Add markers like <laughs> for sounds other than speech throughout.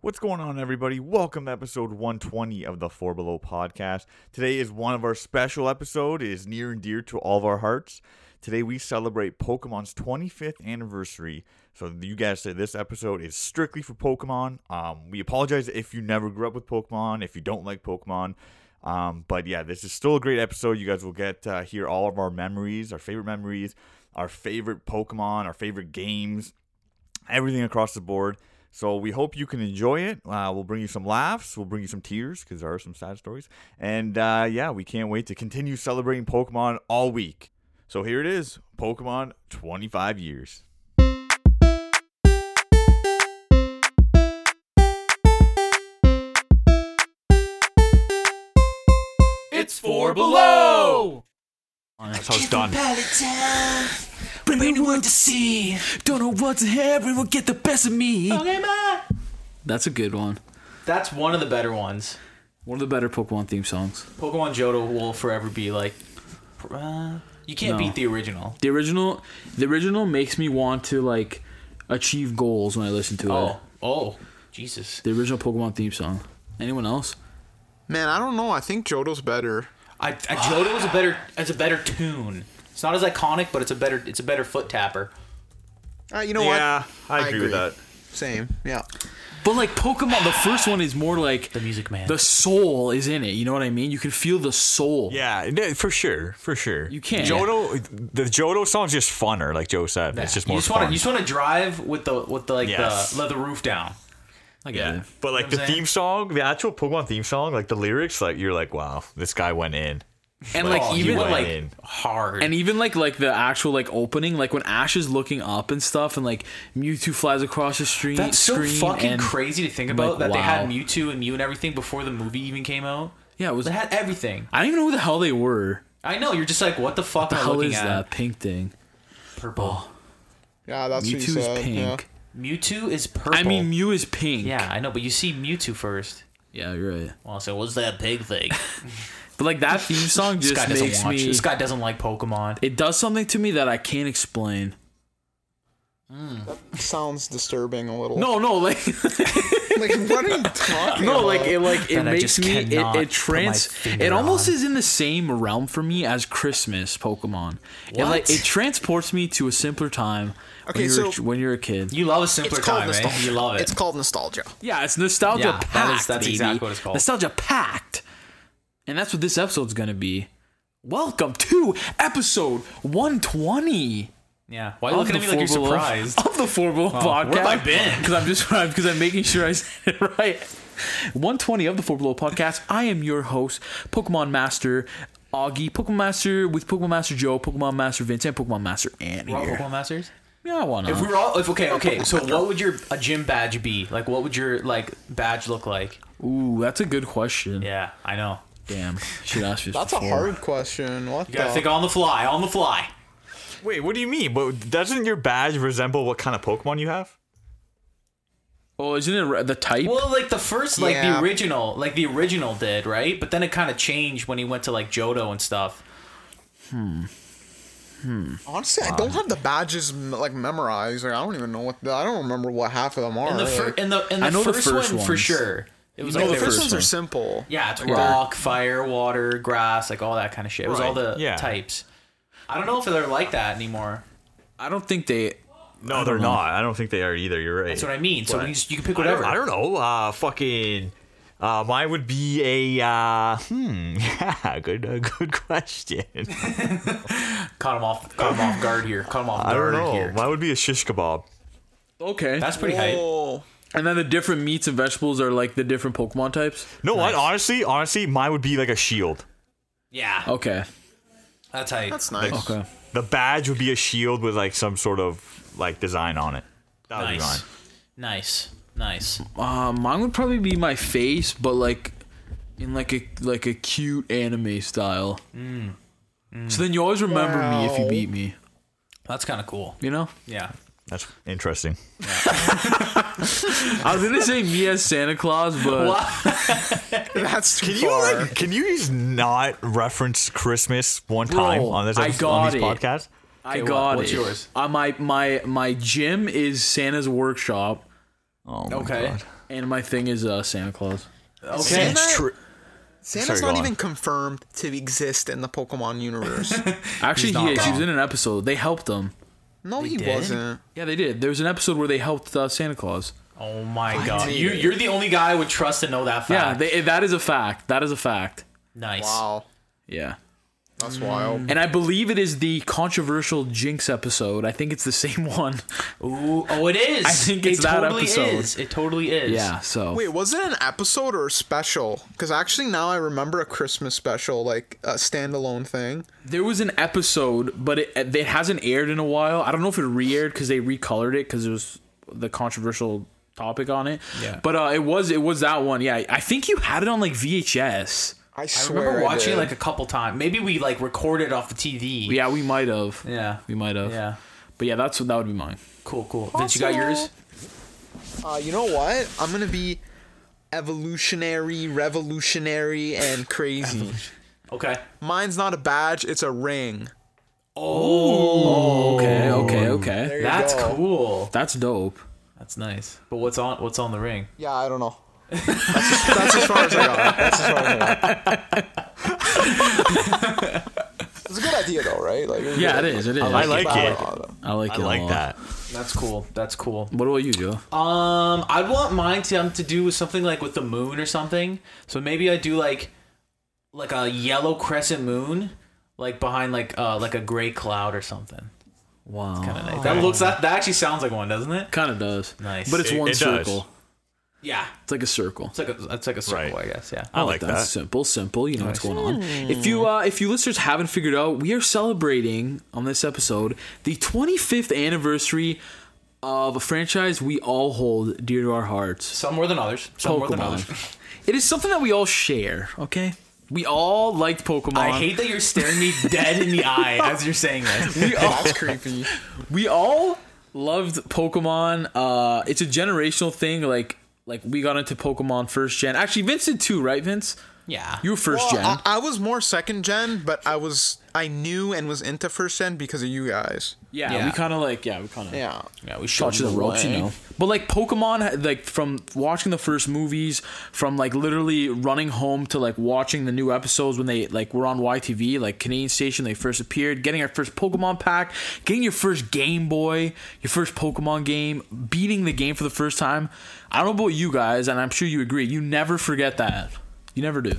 What's going on, everybody? Welcome to episode 120 of the Four Below podcast. Today is one of our special episodes. It is near and dear to all of our hearts. Today we celebrate Pokemon's 25th anniversary. So you guys said this episode is strictly for Pokemon. Um, we apologize if you never grew up with Pokemon, if you don't like Pokemon. Um, but yeah, this is still a great episode. You guys will get uh, hear all of our memories, our favorite memories, our favorite Pokemon, our favorite games everything across the board. So we hope you can enjoy it. Uh, we'll bring you some laughs. We'll bring you some tears because there are some sad stories. And uh, yeah, we can't wait to continue celebrating Pokemon all week. So here it is Pokemon 25 years. It's four below. That's how it's done. Bring me new one to see. Don't know what to have. Everyone get the best of me. That's a good one. That's one of the better ones. One of the better Pokemon theme songs. Pokemon Johto will forever be like. uh, you can't No. beat the original. The original, the original makes me want to like achieve goals when I listen to it. Oh, oh, Jesus! The original Pokemon theme song. Anyone else? Man, I don't know. I think Johto's better. I, I Johto is a better. It's a better tune. It's not as iconic, but it's a better. It's a better foot tapper. Uh, you know Yeah, what? I agree, with that. Same. Yeah. But like Pokemon, the first one is more like The Music Man. The soul is in it. You know what I mean? You can feel the soul. Yeah, no, for sure, for sure. You can't. Jodo, the Jodo song's just funner, like Joe said. It's just more you just fun. want to. You just want to drive with the with the like Yes. the let the roof down. I get yeah, it. but like You know what the I'm saying? theme song, the actual Pokemon theme song, like the lyrics, like you're like, wow, this guy went in. And like Oh, even you went like in hard. and even like like the actual like opening, like when Ash is looking up and stuff, and like Mewtwo flies across the street. That's so screen fucking and- crazy to think I'm about like, that they had wow. Mewtwo and Mew and everything before the movie even came out. Yeah, it was. They I had everything. don't even know who the hell they were. I know. You're just like, what the fuck The am I hell looking is at? that pink thing? Purple. Yeah, that's what you Mewtwo's said. pink. Yeah. Mewtwo is purple. I mean, Mew is pink. yeah, I know, but you see Mewtwo first. Yeah, you're right. Well, so what's that pig thing? <laughs> But like that theme song this guy just doesn't makes watch. me. This guy doesn't like Pokemon. It does something to me that I can't explain. Sounds disturbing a little. No, no, like <laughs> Like, <laughs> what are you talking no, about? like it, like it That I makes just me. It, cannot put my it trans. finger It almost on. is in the same realm for me as Christmas Pokemon. It like What? it transports me to a simpler time. Okay, when you're, so- when you're a kid. You love a simpler It's called time, eh? nostalgia. You love it. It's called nostalgia. Yeah, it's nostalgia Yeah, that is- packed. that's baby. exactly what it's called. Nostalgia packed. And that's what this episode's gonna be. Welcome to episode 120. yeah. Why are you looking at me the like you're Four Below- surprised? Of the Four Below podcast. where have I been? Because I'm just <laughs> because I'm making sure I said it right. 120 of the Four Below podcast. I am your host, Pokemon Master Augie, Pokemon Master with Pokemon Master Joe, Pokemon Master Vince, and Pokemon Master Ant We're all here. Pokemon Masters. Yeah, why not? If we were all, if okay, okay. So what would your a gym badge be? Like, what would your like badge look like? Ooh, that's a good question. Yeah, I know. Damn, should ask this. That's a before. hard question. What You gotta the? think on the fly. On the fly. Wait, what do you mean? But doesn't your badge resemble what kind of Pokemon you have? Oh, isn't it re- the type? Well, like the first, like Yeah. the original, like the original did, right? But then it kind of changed when he went to like Johto and stuff. Honestly, I don't have the badges m- like memorized. Like, I don't even know what. The, I don't remember what half of them are. In the fir- like. in the in the I know the first, first one for ones. sure. It was No, like the they were- first ones one. are simple. yeah, it's rock, fire, water, grass, like all that kind of shit. It was all Right, the yeah. types. I don't know if they're like that anymore. I don't think they. No, they're not. I don't think they are either. You're right. That's what I mean. So you, just- you can pick I don't, whatever. I don't know. Uh, fucking. Uh, mine would be a uh, hmm. <laughs> Yeah, good, uh, good question. Caught him off. Caught him off guard here. Caught him off I don't guard know. here. Mine would be a shish kebab. Okay. That's pretty hype. Whoa. and then the different meats and vegetables are like the different Pokemon types. No, what? Honestly, honestly, mine would be like a shield. Yeah, Okay. that's hype. That's nice. <laughs> Okay. The badge would be a shield with like some sort of like design on it. That would be mine. nice. Nice, nice. Um, mine would probably be my face, but like in like a like a cute anime style. Mm. So then you always remember me if you Wow. beat me. That's kind of cool. You know, Yeah. That's interesting. I was gonna say me as Santa Claus, but That's too Can you far. like? Can you just not reference Christmas one time Bro, on this I episode, on got these it. podcasts? I Okay, what- got what's it. yours? Uh, my my my gym is Santa's workshop, Oh my Okay. God. And my thing is uh, Santa Claus. Santa, It's true. Santa's Sorry, go not on. even confirmed to exist in the Pokemon universe. Actually, not he is. He was wrong. in an episode. They helped them. <laughs> no, he did? wasn't. Yeah, they did. There was an episode where they helped uh, Santa Claus. Oh my god. You, you're the only guy I would trust to know that Yeah, fact. they, that is a fact. That is a fact. nice. Wow, Yeah. that's wild. And I believe it is the controversial Jinx episode. I think it's the same <laughs> one. Ooh, oh, it is. I think it's it that totally episode. Is. It totally is. Yeah, so. Wait, was it an episode or a special? Because actually, now I remember a Christmas special, like a standalone thing. There was an episode, but it, it hasn't aired in a while. I don't know if it re aired because they recolored it because it was the controversial topic on it. Yeah. But uh, it was it was that one. Yeah, I think you had it on like VHS. I I swear. remember watching did. it like a couple times. Maybe we like recorded off the TV. Yeah, we might have. Yeah. We might have. Yeah. But yeah, that's that would be mine. Cool, cool. Vince, you got yours? Uh, you know what? I'm gonna be evolutionary, revolutionary, and crazy. Okay. Mine's not a badge; it's a ring. Okay, okay, okay. Oh. There you That's go. cool. That's dope. That's nice. But what's on what's on the ring? Yeah, I don't know. That's as, that's as far as I got. That's as far as I got. it's a good idea, though, right? Like, it's a Yeah, it good is. It is. I like it. idea. I like I it. a like lot. <laughs> that. That's cool. That's cool. What about you, Joe? Um, I'd want mine to, um, to do with something like with the moon or something. So maybe I do like like a yellow crescent moon, like behind like uh like a gray cloud or something. Wow. Kinda nice. That looks that that actually sounds like one, doesn't it? Kind of does. Nice. But it's It- one it does. circle. Yeah. It's like a circle. It's like a it's like a circle, Right. I guess. Yeah. I like That's that. simple, simple. You know what's going on. If you uh, if you listeners haven't figured out, we are celebrating on this episode the 25th anniversary of a franchise we all hold dear to our hearts. Some more than others. Some more than others. Pokemon. <laughs> It is something that we all share. Okay, we all liked Pokemon. I hate that you're staring me dead in <laughs> the eye as you're saying this. That's creepy. we all loved Pokemon. Uh, it's a generational thing. Like like we got into Pokemon first gen. Actually, Vince did too, right, Vince? Yeah. You were first Well, gen. I, I was more second gen, but I was I knew and was into first gen because of you guys. yeah, yeah. we kind of like yeah, we kind of Yeah. yeah, we Touch the ropes, you way. know. But like Pokemon, like from watching the first movies, from like literally running home to like watching the new episodes when they like were on YTV, like Canadian station, they first appeared. Getting our first Pokemon pack, getting your first Game Boy, your first Pokemon game, beating the game for the first time. I don't know about you guys, and I'm sure you agree. You never forget that. You never do.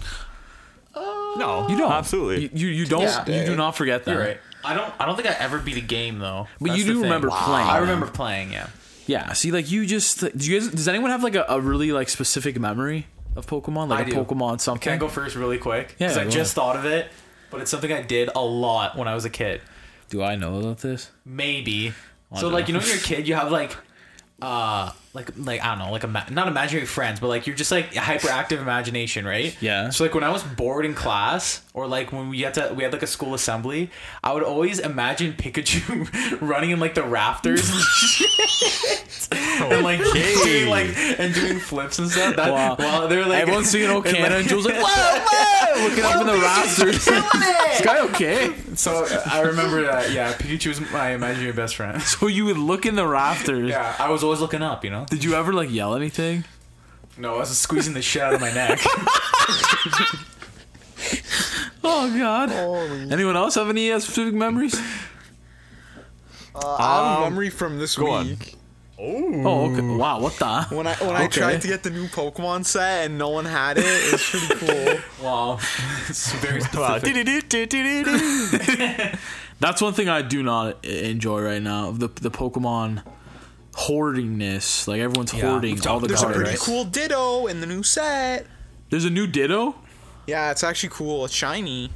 No, You don't. Absolutely. You you, you don't. You do not forget that. You're right. I don't. I don't think I ever beat a game though. But That's you the do thing. remember playing. I remember playing. Yeah. Yeah. See, like you just do you guys. Does anyone have like a, a really like specific memory of Pokemon? Like I a do. Pokemon something. Can I go first really quick? Yeah, Because I go just thought of it, but it's something I did a lot when I was a kid. do I know about this? Maybe. I So don't like you know. know when you're a kid you have like, uh, like like I don't know like ima- not imaginary friends but like you're just like hyperactive imagination right? Yeah. So like when I was bored in class or like when we had to we had like a school assembly, I would always imagine Pikachu <laughs> running in like the <laughs> rafters and <laughs> and like doing like <laughs> and doing flips and stuff. That, Wow. wow. they're like <laughs> Everyone's singing and, "Okana," and <laughs> Jules like, whoa, whoa, Get up in the rafters. this guy okay? So I remember that. Yeah, Pikachu was my imaginary best friend. So you would look in the rafters. Yeah, I was always looking up. You know. Did you ever like yell anything? No, I was squeezing the shit out of my neck. Oh God! Anyone else have any uh, specific memories? Uh, I have a memory Um, from this week on. Mm. Oh, okay. wow! What the? when I when I Okay. tried to get the new Pokemon set and no one had it. It was pretty <laughs> cool. wow, it's very Wow. specific. Dee-dee-doo-doo-doo-doo. That's one thing I do not i- enjoy right now. The the Pokemon hoardingness. Like everyone's hoarding all the There's a cards. pretty cool Ditto in the new set. There's a new Ditto. Yeah, it's actually cool. It's shiny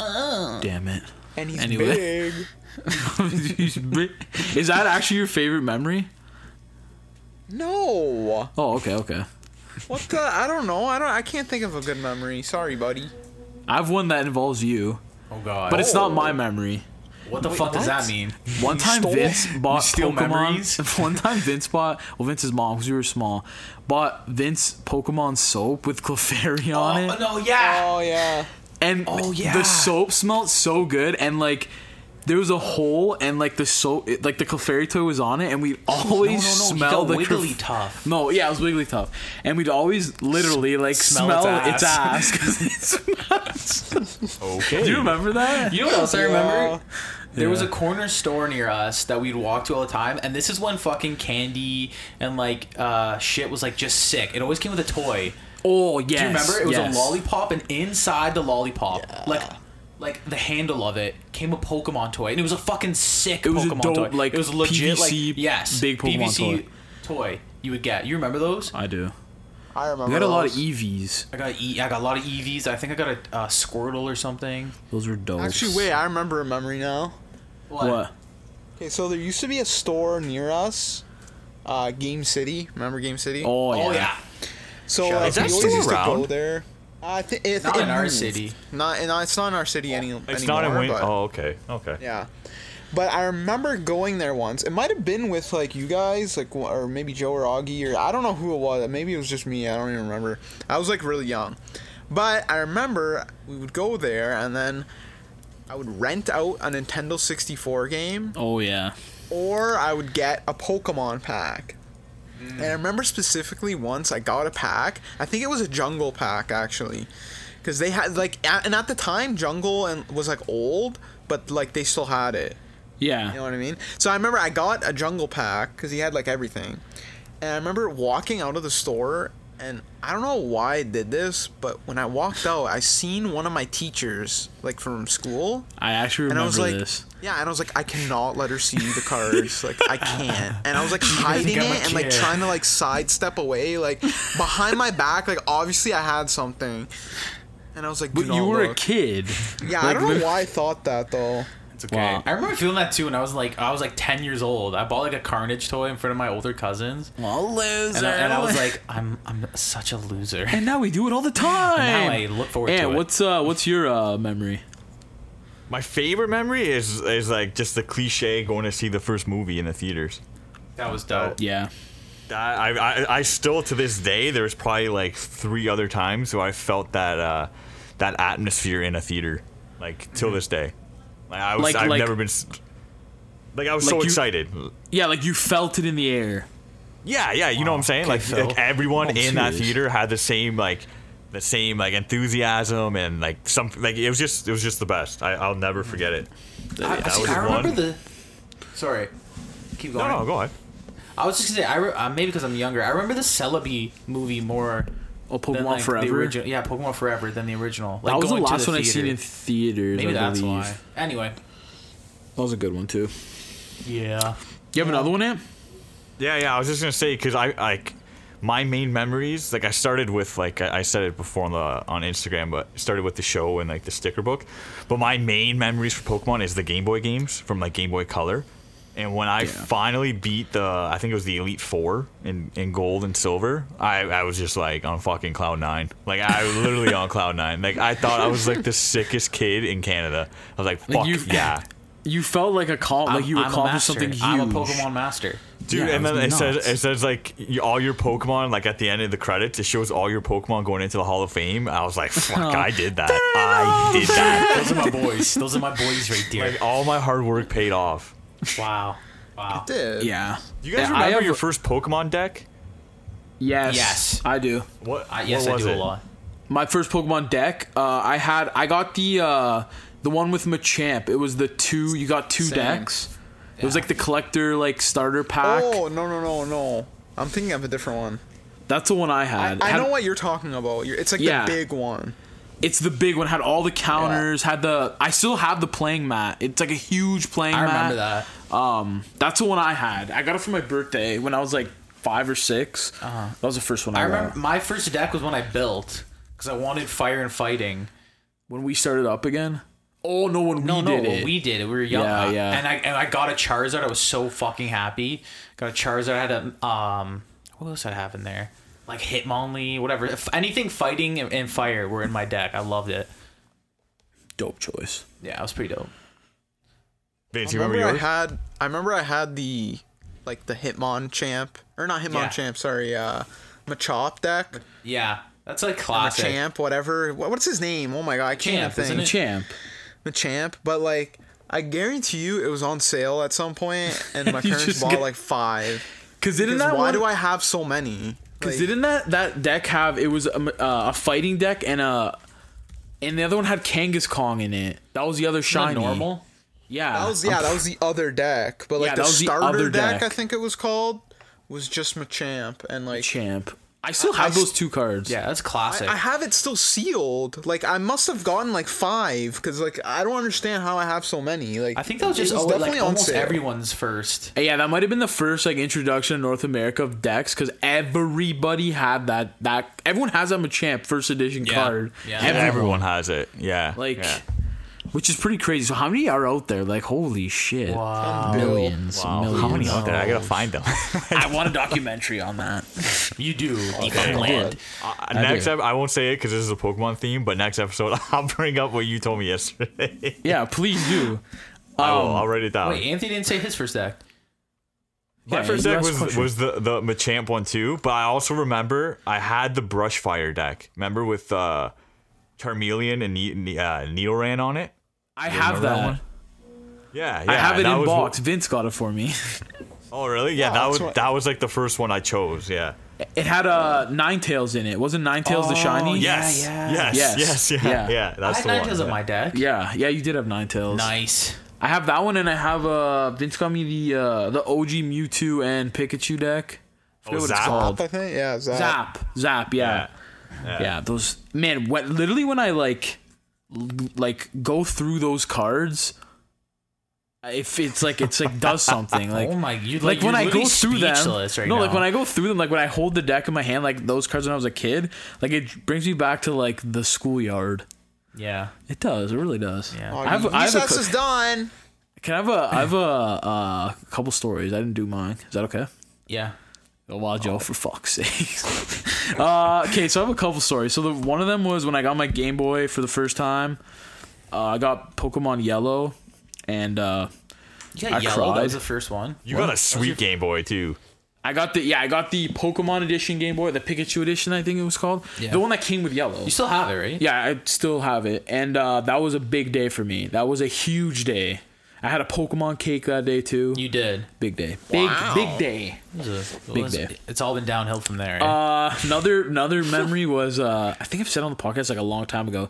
Uh. Damn it! and he's Anyway. big. <laughs> Is that actually your favorite memory? No, Oh, okay, okay. what the? I don't know. I don't. I can't think of a good memory. Sorry, buddy. I have one that involves you, <laughs> Oh god. but it's not my memory. what the fuck does that mean? One time stole- Vince bought steal Pokemon. memories? <laughs> One time Vince bought well Vince's mom because we were small bought Vince Pokemon soap with Clefairy on it, Oh, no, yeah. Oh yeah. and yeah. the soap smelled so good and like there was a hole and like the so it, like the Clefairy toy was on it and we'd Oh, <laughs> always no, no, he smell got the Wigglytuff. No, yeah, it was Wigglytuff, and we'd always literally like smell, smell its its ass. <laughs> 'cause it smells. Okay. Do you <laughs> remember that? You know what else I Yeah. remember? There was a Yeah. corner store near us that we'd walk to all the time, and this is when fucking candy and like uh, shit was like just sick. It always came with a toy. Oh yes. Do you remember? It was yes. a lollipop, and inside the lollipop, like like the handle of it, came a Pokemon toy, and it was a fucking sick It was a Pokemon dope, toy. like, it was a legit PVC like yes big Pokemon PVC toy you would get. You remember those? I do. I remember. We had a lot of those. EVs. I got e- I got a lot of EVs. I think I got a uh, Squirtle or something. Those were dope. Actually, wait. I remember a memory now. What? Okay, so there used to be a store near us, uh, Game City. Remember Game City? Oh yeah. Oh yeah, so shut like, up. Is that we always still used to go around? there. I think it, not it in our <laughs> moved. city. Not, and it's not in our city any, It's anymore. not in Win. but- Oh, okay. Okay. Yeah. But I remember going there once. It might have been with like you guys, like wh- or maybe Joe or Augie or I don't know who it was. Maybe it was just me. I don't even remember. I was like really young. But I remember we would go there and then I would rent out a Nintendo 64 game Oh yeah. or I would get a Pokemon pack. And I remember specifically once I got a pack. I think it was a jungle pack actually, because they had like at, and at the time jungle and was like old, but like they still had it. Yeah. You know what I mean? So I remember I got a jungle pack because he had like everything, and I remember walking out of the store. And I don't know why I did this, but when I walked out, I seen one of my teachers, like from school, I actually and remember I was like, this. yeah, and I was like, I cannot let her see the <laughs> cards. like, I can't. And I was like hiding it I'm a and like kid. trying to like sidestep away, like behind my back. Like, obviously, I had something. And I was like, Do But not you were a <laughs> look. kid. Yeah, I Like, don't lit- know why I thought that though. It's okay. Wow. I remember feeling that too when I was like I was like ten years old. I bought like a Carnage toy in front of my older cousins, Well, loser. and I, and I was like, I'm I'm such a loser. <laughs> and now we do it all the time. Now I look forward Yeah, to it. what's uh, what's your uh, memory? My favorite memory is is like just the cliche going to see the first movie in the theaters. that was dope. Yeah, That, I, I I still to this day there's probably like three other times where I felt that uh, that atmosphere in a theater like till this day. Like I was Like- I've like- never been s- like I was so Like you- excited. yeah, like you felt it in the air. Yeah, yeah, you know what I'm saying? Like, Phil. like everyone I'm in that serious. theater had the same like the same like enthusiasm and like some like it was just it was just the best. I, I'll never forget it. I, That see, was I remember one. the. Sorry, keep going. No, no, go on. I was just gonna say I re- uh, maybe because I'm younger. I remember the Celebi movie more. Oh, than, Pokemon like, The Forever. original, yeah, Pokemon Forever than the original. Like, that was the going to last one I seen theater. in theaters. Maybe I that's believe. why. Anyway. That was a good one too. Yeah. You have another one, Ant? Yeah, yeah. I was just gonna say because I like my main memories. Like I started with like I, I said it before on the on Instagram, but started with the show and like the sticker book. But my main memories for Pokemon is the Game Boy games from like Game Boy Color. And when I finally beat the, I think it was the Elite Four in, in gold and silver, I, I was just like on fucking cloud nine. Like I was literally on cloud nine. Like I thought I was like the sickest kid in Canada. I was like, fuck you- yeah. You felt like a call, like you I'm a accomplished master. something huge. I'm a Pokemon <laughs> master. Dude, Yeah, and then it was it nuts. says it says like you, all your Pokemon like at the end of the credits it shows all your Pokemon going into the Hall of Fame. I was like, <laughs> fuck, I did that. I did that. Those are my boys. Those are my boys right there. Like all my hard work paid off. Wow. Wow. Did Yeah. Do you guys Yeah, I remember have- your first Pokemon deck? Yes. Yes. I Uh, do. What? I, Uh, yes, what I was do it? a lot. My first Pokemon deck, uh, I had, I got the uh, the one with Machamp. It was the two. You got two Same. decks. It was like the collector like starter pack. Oh no no no no! I'm thinking of a different one. That's the one I I, had. I Had- know what you're talking about. You're, it's like Yeah. the big one. It's the big one. Had all the counters. Had the. I still have the playing mat. It's like a huge playing I mat. remember that. Um, that's the one I had. I got it for my birthday when I was like five or 6 Uh-huh. That was the first one I, I got. remember my first deck was one I built because I wanted fire and fighting. when we started up again. Oh no, when No, we no, did well, it. we did it. We were young, Yeah, Uh, yeah. And I and I got a Charizard. I was so fucking happy. Got a Charizard. I had a um, what else did I have in there? Like Hitmonlee, whatever. If anything fighting and, and fire were in my deck. I loved it. Dope choice. Yeah, it was pretty dope. Vince, I you remember remember I yours? had I remember I had the like the Hitmon champ or not Hitmon Yeah. champ sorry uh Machop deck Yeah, that's like Uh, classic. Machamp whatever What- what's his name oh my god I can't Champ, even isn't think Champ. Machamp but like I guarantee you it was on sale at some point, and my <laughs> You parents just bought get- like five. Because didn't Because that why one, do I have so many? Because Like, didn't that that deck have it was um, uh, a fighting deck and a and the other one had Kangaskong in it. That was the other shiny. normal? Yeah. that was yeah, that was the other deck, but like Yeah, the that was the starter other deck, deck. I think it was called, was just Machamp, and like champ. I still I have those s- two cards. Yeah, that's classic. I have it still sealed. Like I must have gotten like five because like I don't understand how I have so many. Like I think that was just it always, like definitely on almost sale. everyone's first. Uh, Yeah, that might have been the first like introduction in North America of decks because everybody had that that everyone has that Machamp first edition card. Yeah. Everyone. Everyone has it. Yeah. like, yeah. which is pretty crazy. So how many are out there? Like holy shit, Wow. millions, Wow. millions. How many out there? I gotta find them. <laughs> <laughs> I want a documentary on <laughs> that. You do. Land. Uh, next, ep- I won't say it because this is a Pokemon theme, but next episode <laughs> I'll bring up what you told me yesterday. Yeah, please do. Um, I will. I'll write it down. Wait, Anthony didn't say his first deck. My Yeah, first you deck asked was question. was the the Machamp one too, but I also remember I had the Brush Fire deck. Remember with uh, Charmeleon and ne- ne- uh, Nidoran on it. I have that. one? Yeah, yeah I have it that in was- box. Vince got it for me. Oh really? Yeah, that that's was what- that was like the first one I chose. Yeah. It had uh, nine tails in it. Wasn't nine tails the shiny? Yes. yeah. Yes. Yes, Yes. Yeah. yeah. Yeah. I that's had the nine one. tails on my deck. Yeah, yeah, you did have nine tails. Nice. I have that one, and I have uh, Vince got me the uh, the OG Mewtwo and Pikachu deck. I forget Oh, what it's Zap? called. I think yeah, Zap. Zap, Zap, yeah. yeah, Those man, what literally when I like l- like go through those cards, if it's like it's like <laughs> does something like Oh my! You like, like, when you're I go literally through them. speechless Right no, like now. when I go through them, like when I hold the deck in my hand, like those cards when I was a kid, like it brings me back to like the schoolyard. Yeah. It does. It really does. Yeah. Oh, I have. you- I have a, recess is done. can I have a? I have a uh, couple stories. I didn't do mine. Is that okay? Yeah. Oh, wow, Joe, for fuck's sake. <laughs> uh, okay, so I have a couple stories. So the one of them was when I got my Game Boy for the first time. Uh, I got Pokemon Yellow, and uh, You got I yellow. That cried. was the first one. You got a sweet Game Boy too. I got the yeah, I got the Pokemon edition Game Boy, the Pikachu edition, I think it was called, the one that came with Yellow. You still have it, right? Yeah, I still have it, and uh, that was a big day for me. That was a huge day. I had a Pokemon cake that day too. You did. Big day, big big day. It was a- it Big was- day. It's all been downhill from there. eh? Uh, another another memory was uh, I think I've said on the podcast like a long time ago.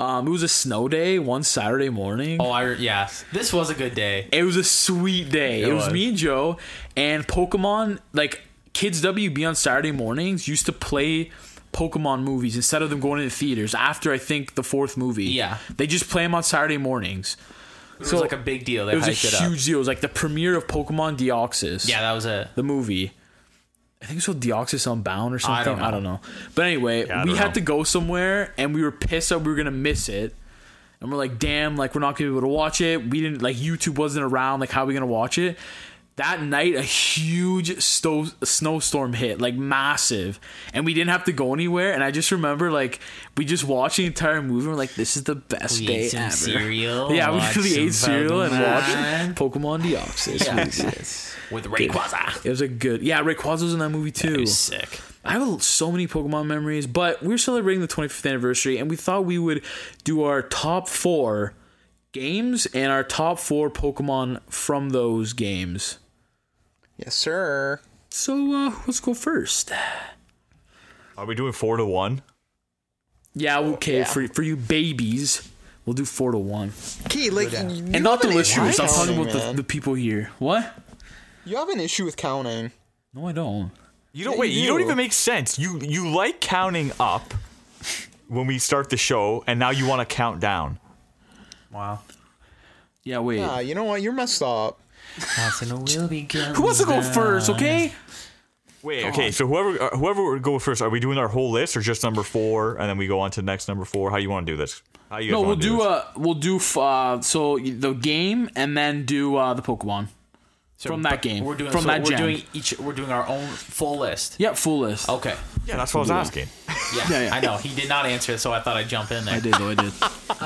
Um, it was a snow day one Saturday morning. oh, I re- yeah. This was a good day. It was a sweet day. It, It was. was. me and Joe and Pokemon. Like kids WB on Saturday mornings used to play Pokemon movies instead of them going to the theaters after I think the fourth movie. Yeah. they just play them on Saturday mornings. It was like a big deal. They It was a hyped it up. huge deal. It was like the premiere of Pokemon Deoxys. Yeah, that was a. the movie. I think it's called Deoxys Unbound or something. I don't don't know. know. But anyway, I we don't had know. to go somewhere and we were pissed that we were gonna miss it. And we're like, damn, like we're not gonna be able to watch it. We didn't like YouTube wasn't around. Like, how are we gonna watch it? That night, a huge sto- snowstorm hit, like massive, and we didn't have to go anywhere. And I just remember, like, we just watched the entire movie. And we're like, this is the best We day ate some ever. cereal, <laughs> yeah, we watched really ate some cereal and Pokemon. watched Pokemon <laughs> Deoxys. With Rayquaza. It was a good. Yeah, Rayquaza was in that movie too. It was sick. I have so many Pokemon memories, but we're celebrating the 25th anniversary, and we thought we would do our top four games and our top four Pokemon from those games. Yes, sir. So uh, let's go first. Are we doing four to one? Yeah, okay. For for you babies, we'll do four to one, Okay, like and and not the listeners. I'm talking about the, the people here. What? You have an issue with counting. No, I don't. You don't Yeah, wait. you You, don't do. even make sense. You you like counting up when we start the show, and now you want to count down. Wow. Yeah, wait. Ah, you know what? You're messed up. Who wants to go first? Okay. Wait. Okay. So whoever uh, whoever would go first, are we doing our whole list or just number four, and then we go on to the next number four? How you want to do this? How you guys No, we'll wanna do this? uh, we'll do f- uh, so the game and then do uh, the Pokemon from that game. We're doing from so that We're gen. doing each. We're doing our own full list. Yeah, full list. Okay. yeah. That's what I was asking. Yeah, Yeah, yeah. I know. He did not answer it, so I thought I'd jump in there. I did though. I <laughs> did. Uh,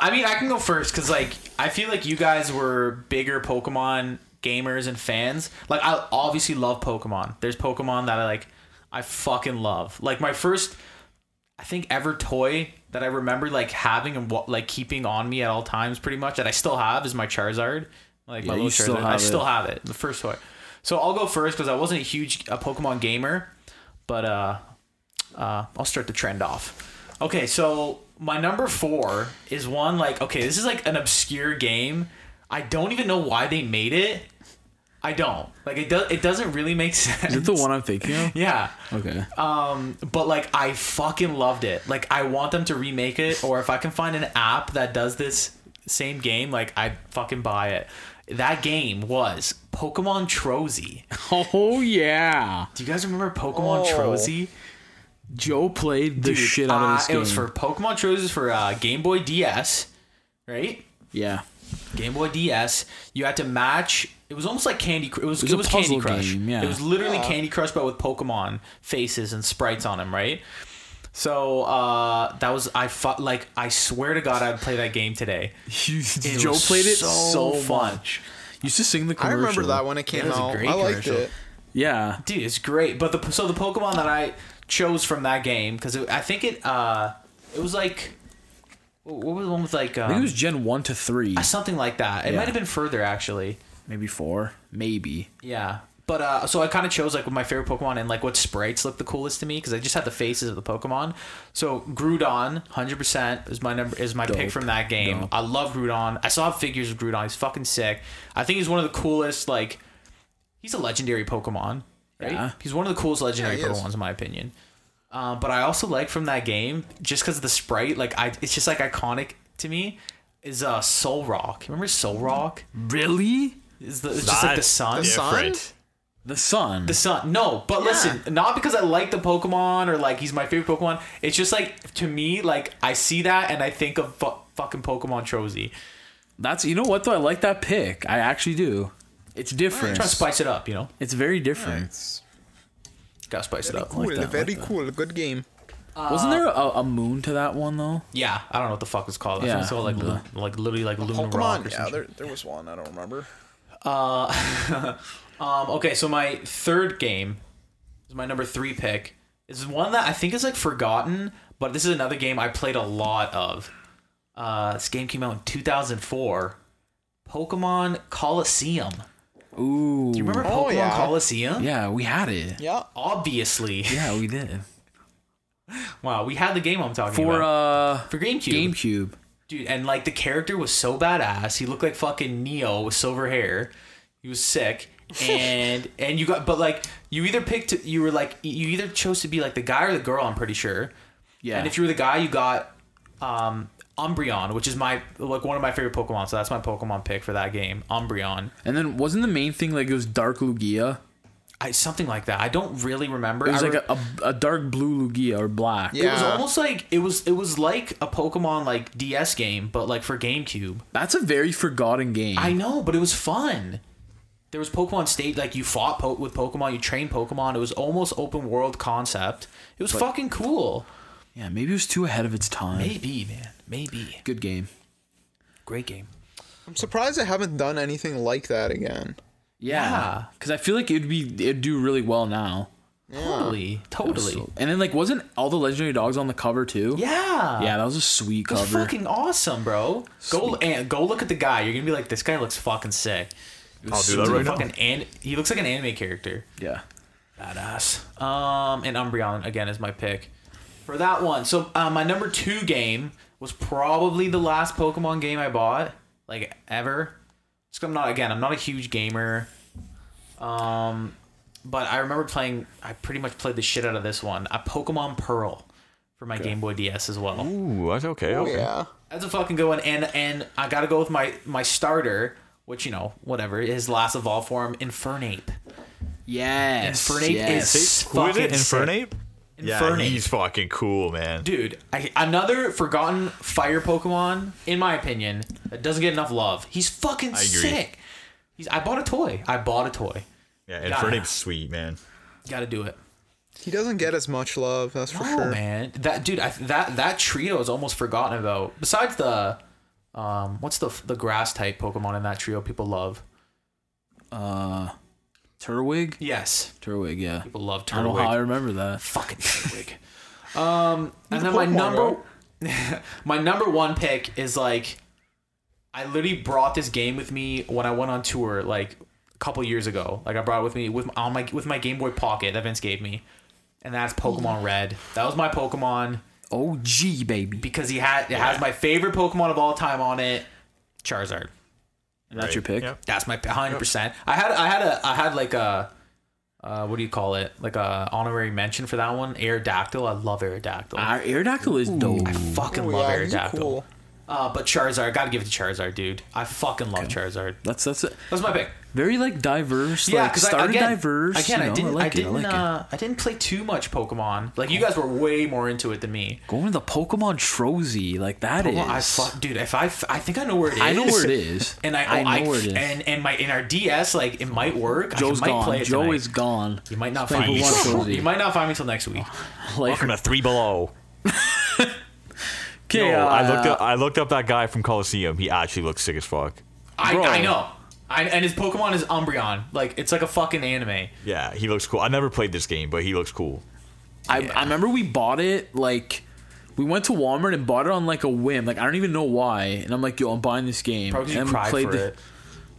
I mean, I can go first because like I feel like you guys were bigger Pokemon gamers and fans. Like I obviously love Pokemon. There's Pokemon that I like. I fucking love. Like my first I think ever toy that I remember like having and what like keeping on me at all times, pretty much that I still have is my Charizard. Like my Yeah, you little still Charizard, have I it. still have it. The first toy. So I'll go first because I wasn't a huge a Pokemon gamer, but uh, uh, I'll start the trend off. Okay, so my number four is one like okay, this is like an obscure game. I don't even know why they made it. I don't like it. Does it doesn't really make <laughs> sense? Is it the one I'm thinking of? Yeah. Okay. Um, but like I fucking loved it. Like I want them to remake it, or if I can find an app that does this same game, like I fucking buy it. That game was Pokemon Trozy. Oh yeah. Do you guys remember Pokemon Oh. Trozy? Joe played the Dude, shit out of uh, this game. It was for Pokemon Trozy for uh, Game Boy DS, right? <laughs> yeah. Game Boy DS. You had to match. It was almost like Candy. Cr- It was, it was was, a Candy puzzle Crush. game, yeah. It was literally Candy Crush, but with Pokemon faces and sprites on them, right? So uh, that was I fu- like I swear to God I'd play that game today. Joe was played it so, so much. Used to sing the I commercial. remember that when it came It was a out. great I liked commercial. it. Yeah. dude it's great but the so the pokemon that i chose from that game because i think it uh it was like what was the one with like I think um, it was Gen one to three, Uh, something like that it Yeah. might have been further actually maybe four, maybe. yeah but uh so i kind of chose like my favorite pokemon and like what sprites looked the coolest to me because i just had the faces of the pokemon so grudon 100% is my number is my Dope. pick from that game Dope. i love grudon i saw figures of grudon he's fucking sick i think he's one of the coolest like he's a legendary pokemon right Yeah. he's one of the coolest legendary Yeah, he is. pokemons in my opinion Um, but I also like from that game just because the sprite, like I, it's just like iconic to me. Is uh Soul Rock? Remember Soul Rock? Really? Is the, it's just like the That's sun. The sun? The sun. The sun. No, but listen, not because I like the Pokemon or like he's my favorite Pokemon. It's just like to me, like I see that and I think of fu- fucking Pokemon Trozy. That's you know what though. I like that pick. I actually do. It's different. Trying to spice it up, you know. It's very different. Gotta spice it up. Cool, that, like very cool. Good game. Wasn't Uh, there a, a moon to that one though? Yeah, I don't know what the fuck it's called. I think Yeah. Mm-hmm. it's called like lu- like literally like Lunar Rock Pokemon. or Oh, Yeah, something. there, there was one. I don't remember. Um, okay, so my third game is my number three pick. Is one that I think is like forgotten, but this is another game I played a lot of. Uh, this game came out in 2004. Pokemon Coliseum. Ooh. Do you remember Oh, Pokemon yeah. Coliseum? Yeah, we had it. Yeah. Obviously. <laughs> Yeah, we did. Wow, we had the game I'm talking <laughs> For about. uh For GameCube. GameCube. Dude, and like the character was so badass. He looked like fucking Neo with silver hair. He was sick. <laughs> And and you got but like you either picked you were like you either chose to be like the guy or the girl, I'm pretty sure. Yeah. And if you were the guy, you got um Umbreon, which is my like one of my favorite Pokemon, so that's my Pokemon pick for that game. Umbreon. and then wasn't the main thing like it was dark Lugia? I something like that. I don't really remember. It was I like re- a, a, a dark blue Lugia or black. Yeah. it was almost like it was it was like a Pokemon like DS game, but like for GameCube. That's a very forgotten game. I know, but it was fun. There was Pokemon State, like you fought po- with Pokemon, you trained Pokemon. It was almost open world concept. It was fucking cool. yeah, maybe it was too ahead of its time. Maybe, man. Maybe. Good game. Great game. I'm surprised I haven't done anything like that again. Yeah, Yeah. because I feel like it'd be it'd do really well now. Totally. Totally. So- and then like wasn't all the legendary dogs on the cover too? yeah. yeah, that was a sweet It was cover. fucking awesome, bro. Go and go look at the guy. You're gonna be like, this guy looks fucking sick. I'll do that right now. Fucking an- he looks like an anime character. yeah, Badass. Um, and Umbreon again is my pick for that one. So uh, my number two game was probably the last Pokemon game I bought, like ever. Just 'cause I'm not again. I'm not a huge gamer. Um, but I remember playing. I pretty much played the shit out of this one. A Pokemon Pearl for my Game Boy DS as well. Ooh, that's okay. Oh okay. yeah. That's a fucking good one. And and I gotta go with my my starter, which you know whatever his last evolved form, Infernape. yes, Infernape yes. is Who is it? fucking sick. Infernape? Yeah, Infernape. he's fucking cool, man. Dude, I, another forgotten fire Pokemon, in my opinion, that doesn't get enough love. He's fucking agree. sick. He's. I bought a toy. I bought a toy. yeah, gotta- Infernape's sweet, man. Got to do it. He doesn't get as much love. That's for Oh sure. man, that dude. I, that that trio is almost forgotten about. Besides the, um, what's the the grass type Pokemon in that trio people love? Uh, Turwig, Yes, Turwig, yeah. people love I don't know how I Turtwig. remember that. Fucking Turtwig. Um, And then my number, <laughs> my number one pick is like, I literally brought this game with me when I went on tour like a couple years ago. Like I brought it with me with on my with my Game Boy Pocket that Vince gave me, and that's Pokemon Red. That was my Pokemon OG baby. because he had it has my favorite Pokemon of all time on it, Charizard. And that's your pick. Yep. That's my 100. percent I had I had a I had like a. Uh, what do you call it? Like a honorary mention for that one, Aerodactyl. I love Aerodactyl. Our Aerodactyl is dope. fucking Oh, love yeah, he's Aerodactyl. cool. Uh, but Charizard, gotta give it to Charizard, dude. I fucking love Charizard. That's that's a, That's my pick. very like diverse. Yeah, like 'cause I- started again- diverse. Again, you know, I didn't, I, like it, didn't, like it. uh, I didn't play too much Pokemon. Like you guys were way more into it than me. Going to the Pokemon Trozy, like that is. Well, I fuck, dude. If I, I think I know where it is. I know where it is. <laughs> And I, oh, I I know where it is. And and my in our DS, like it might work. Joe's I might gone. play it Joe tonight. is gone. You might not He's find playing me. Pokemon Trozy. <laughs> you might not find me till next week. Welcome to Three Below. Okay, Yo, Oh, I looked uh, up. I looked up that guy from Coliseum. He actually looks sick as fuck. I, Bro. I know. I, and his Pokemon is Umbreon. Like it's like a fucking anime. Yeah, he looks cool. I never played this game, but he looks cool. I, I remember we bought it like we went to Walmart and bought it on like a whim. Like I don't even know why. And I'm like, yo, I'm buying this game. Probably 'cause and you we cried for the- it.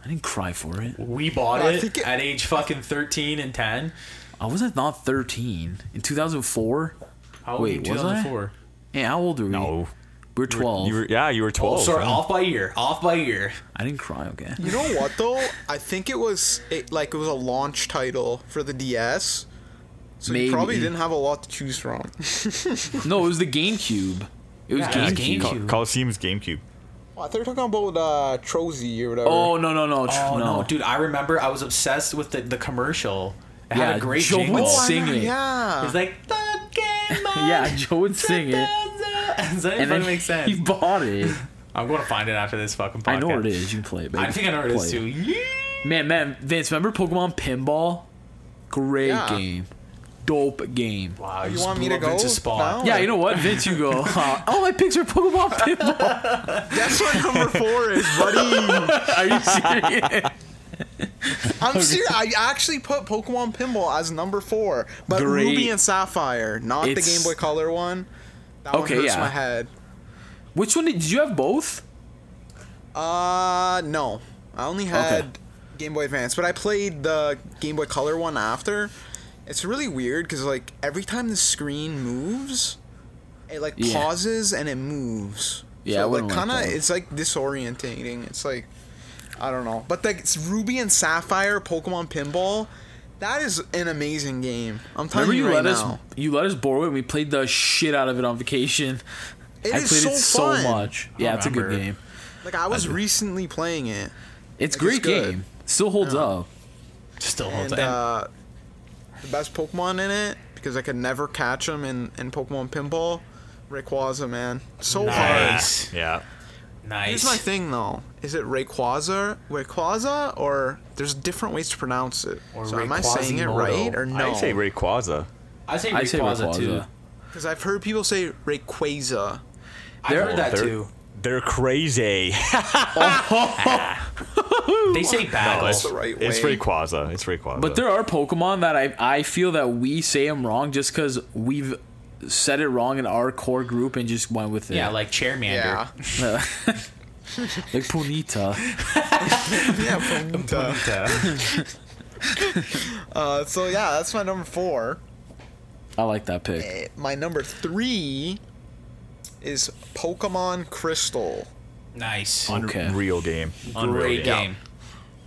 I didn't cry for it. We bought I it, think it- at age fucking 13 and 10. I wasn't not 13 in 2004. How old Wait, were you in was I? 2004? Yeah, how old are we? No. we were 12. Oh. You were, yeah, you were Oh, twelve. sorry, huh? off by year. Off by year. I didn't cry. Okay. You know what though? I think it was it, like it was a launch title for the DS. So you probably Maybe. didn't have a lot to choose from. No, it was the GameCube. It was Yeah, it was GameCube. GameCube. Coliseum's GameCube. Well, Oh, I thought you were talking about uh, Trozy or whatever. Oh no no no tr- Oh, no. no. dude, I remember I was obsessed with the, the commercial. It had Yeah, a great Joe jingle. would It's sing it. yeah. like, the game Yeah, <laughs> Joe would sing <laughs> it. Does that And even then make sense? he bought it. I'm going to find it after this fucking podcast. I know where it is. You can play it, baby. I think I know where it is, Play too. Yeah. Man, man, Vince, remember Pokemon Pinball? Great Yeah. game. Dope game. Wow, you, You just want me blew to up into go spot. now? Yeah, you know what, Vince? You <laughs> go. Uh, oh, my picks are <laughs> Pokemon Pinball. That's what number four is, buddy. Are you serious? <laughs> I'm serious. I actually put Pokemon Pinball as number four, but Great. Ruby and Sapphire, not the It's- Game Boy Color one. That Okay, one hurts yeah. my head. Which one did, did you have? Both? Uh, no. I only had Okay. Game Boy Advance, but I played the Game Boy Color one after. It's really weird because like every time the screen moves, it like Yeah. pauses and it moves. Yeah, I so, like wouldn't like kind of that. it's like disorientating. It's like I don't know, but like it's Ruby and Sapphire Pokemon Pinball. That is an amazing game. I'm telling Remember you, you right let now. us you let us borrow it. and We played the shit out of it on vacation. It I is played it so fun. much. Yeah, it's a good remember. game. Like I was recently playing it. It's Like, great it's good. game. Still holds up. Still holds and up. uh, the best Pokemon in it because I could never catch him in, in Pokemon Pinball. Rayquaza, man, so hard. Nice. Yeah. Nice. Here's my thing though: is it Rayquaza, Rayquaza, or there's different ways to pronounce it? Or so am I saying it Rayquazimodo. right or I no? say Rayquaza. I say I say Rayquaza, Rayquaza. too. Because I've heard people say Rayquaza. I heard that, They're- too. They're <laughs> crazy. They say it's, bagels. the right it's way. Rayquaza. It's Rayquaza. But there are Pokemon that I I feel that we say them wrong just because we've said it wrong in our core group and just went with it. Yeah, like Chairmander. Yeah, like Punita. <laughs> yeah, Ponyta. Uh, so yeah, that's my number four. I like that pick. Eh, My number three is Pokemon Crystal. <laughs> Nice. Okay. Real game. Unreal Great game.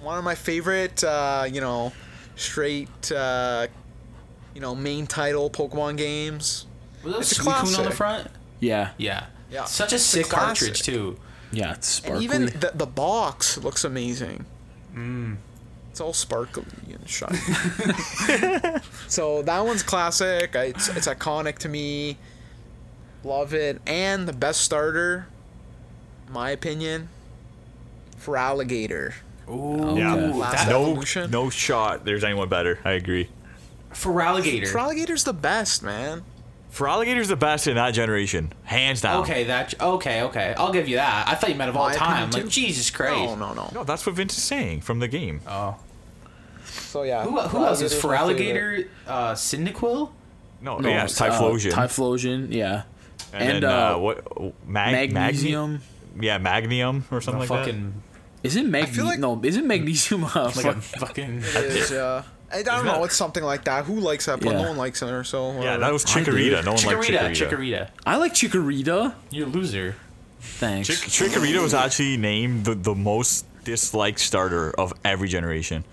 one of my favorite uh, you know straight uh, you know main title pokemon games Was that It's a Suicune on the classic. front? Yeah. Yeah. Yeah. Such a It's a sick classic. cartridge too. Yeah, it's and sparkly. even the, the box looks amazing Mm. it's all sparkly and shiny <laughs> so that one's classic I- it's, it's iconic to me love it and the best starter in my opinion for alligator Ooh. Yeah. Okay. Last No, evolution. no shot. There's anyone better. I agree. For alligator. for alligator's the best man For alligators, the best in that generation, hands down. Okay, that okay, okay. I'll give you that. I thought you meant of all My time. opinion, Like too. Jesus no Christ. no no No, that's what Vince is saying from the game. Oh. so yeah Who, who else is Feraligators for my favorite. alligator? Uh, Cyndaquil. No, yeah, it's Typhlosion. Uh, Typhlosion, yeah. and, then, uh, what? Mag- magnesium. Magni- yeah, Magnium or something like that. fucking Isn't magnesium? feel like- no, isn't <laughs> magnesium? Uh, like a fucking Is, uh, I don't know. that- It's something like that. Who likes that? But Yeah. no one likes it or so. Yeah, whatever. that was I did. Chikorita. No one Chikorita, liked Chikorita. Chikorita. I like chikorita. You're a loser. Thanks. Chick- Chikorita was actually named the, the most disliked starter of every generation.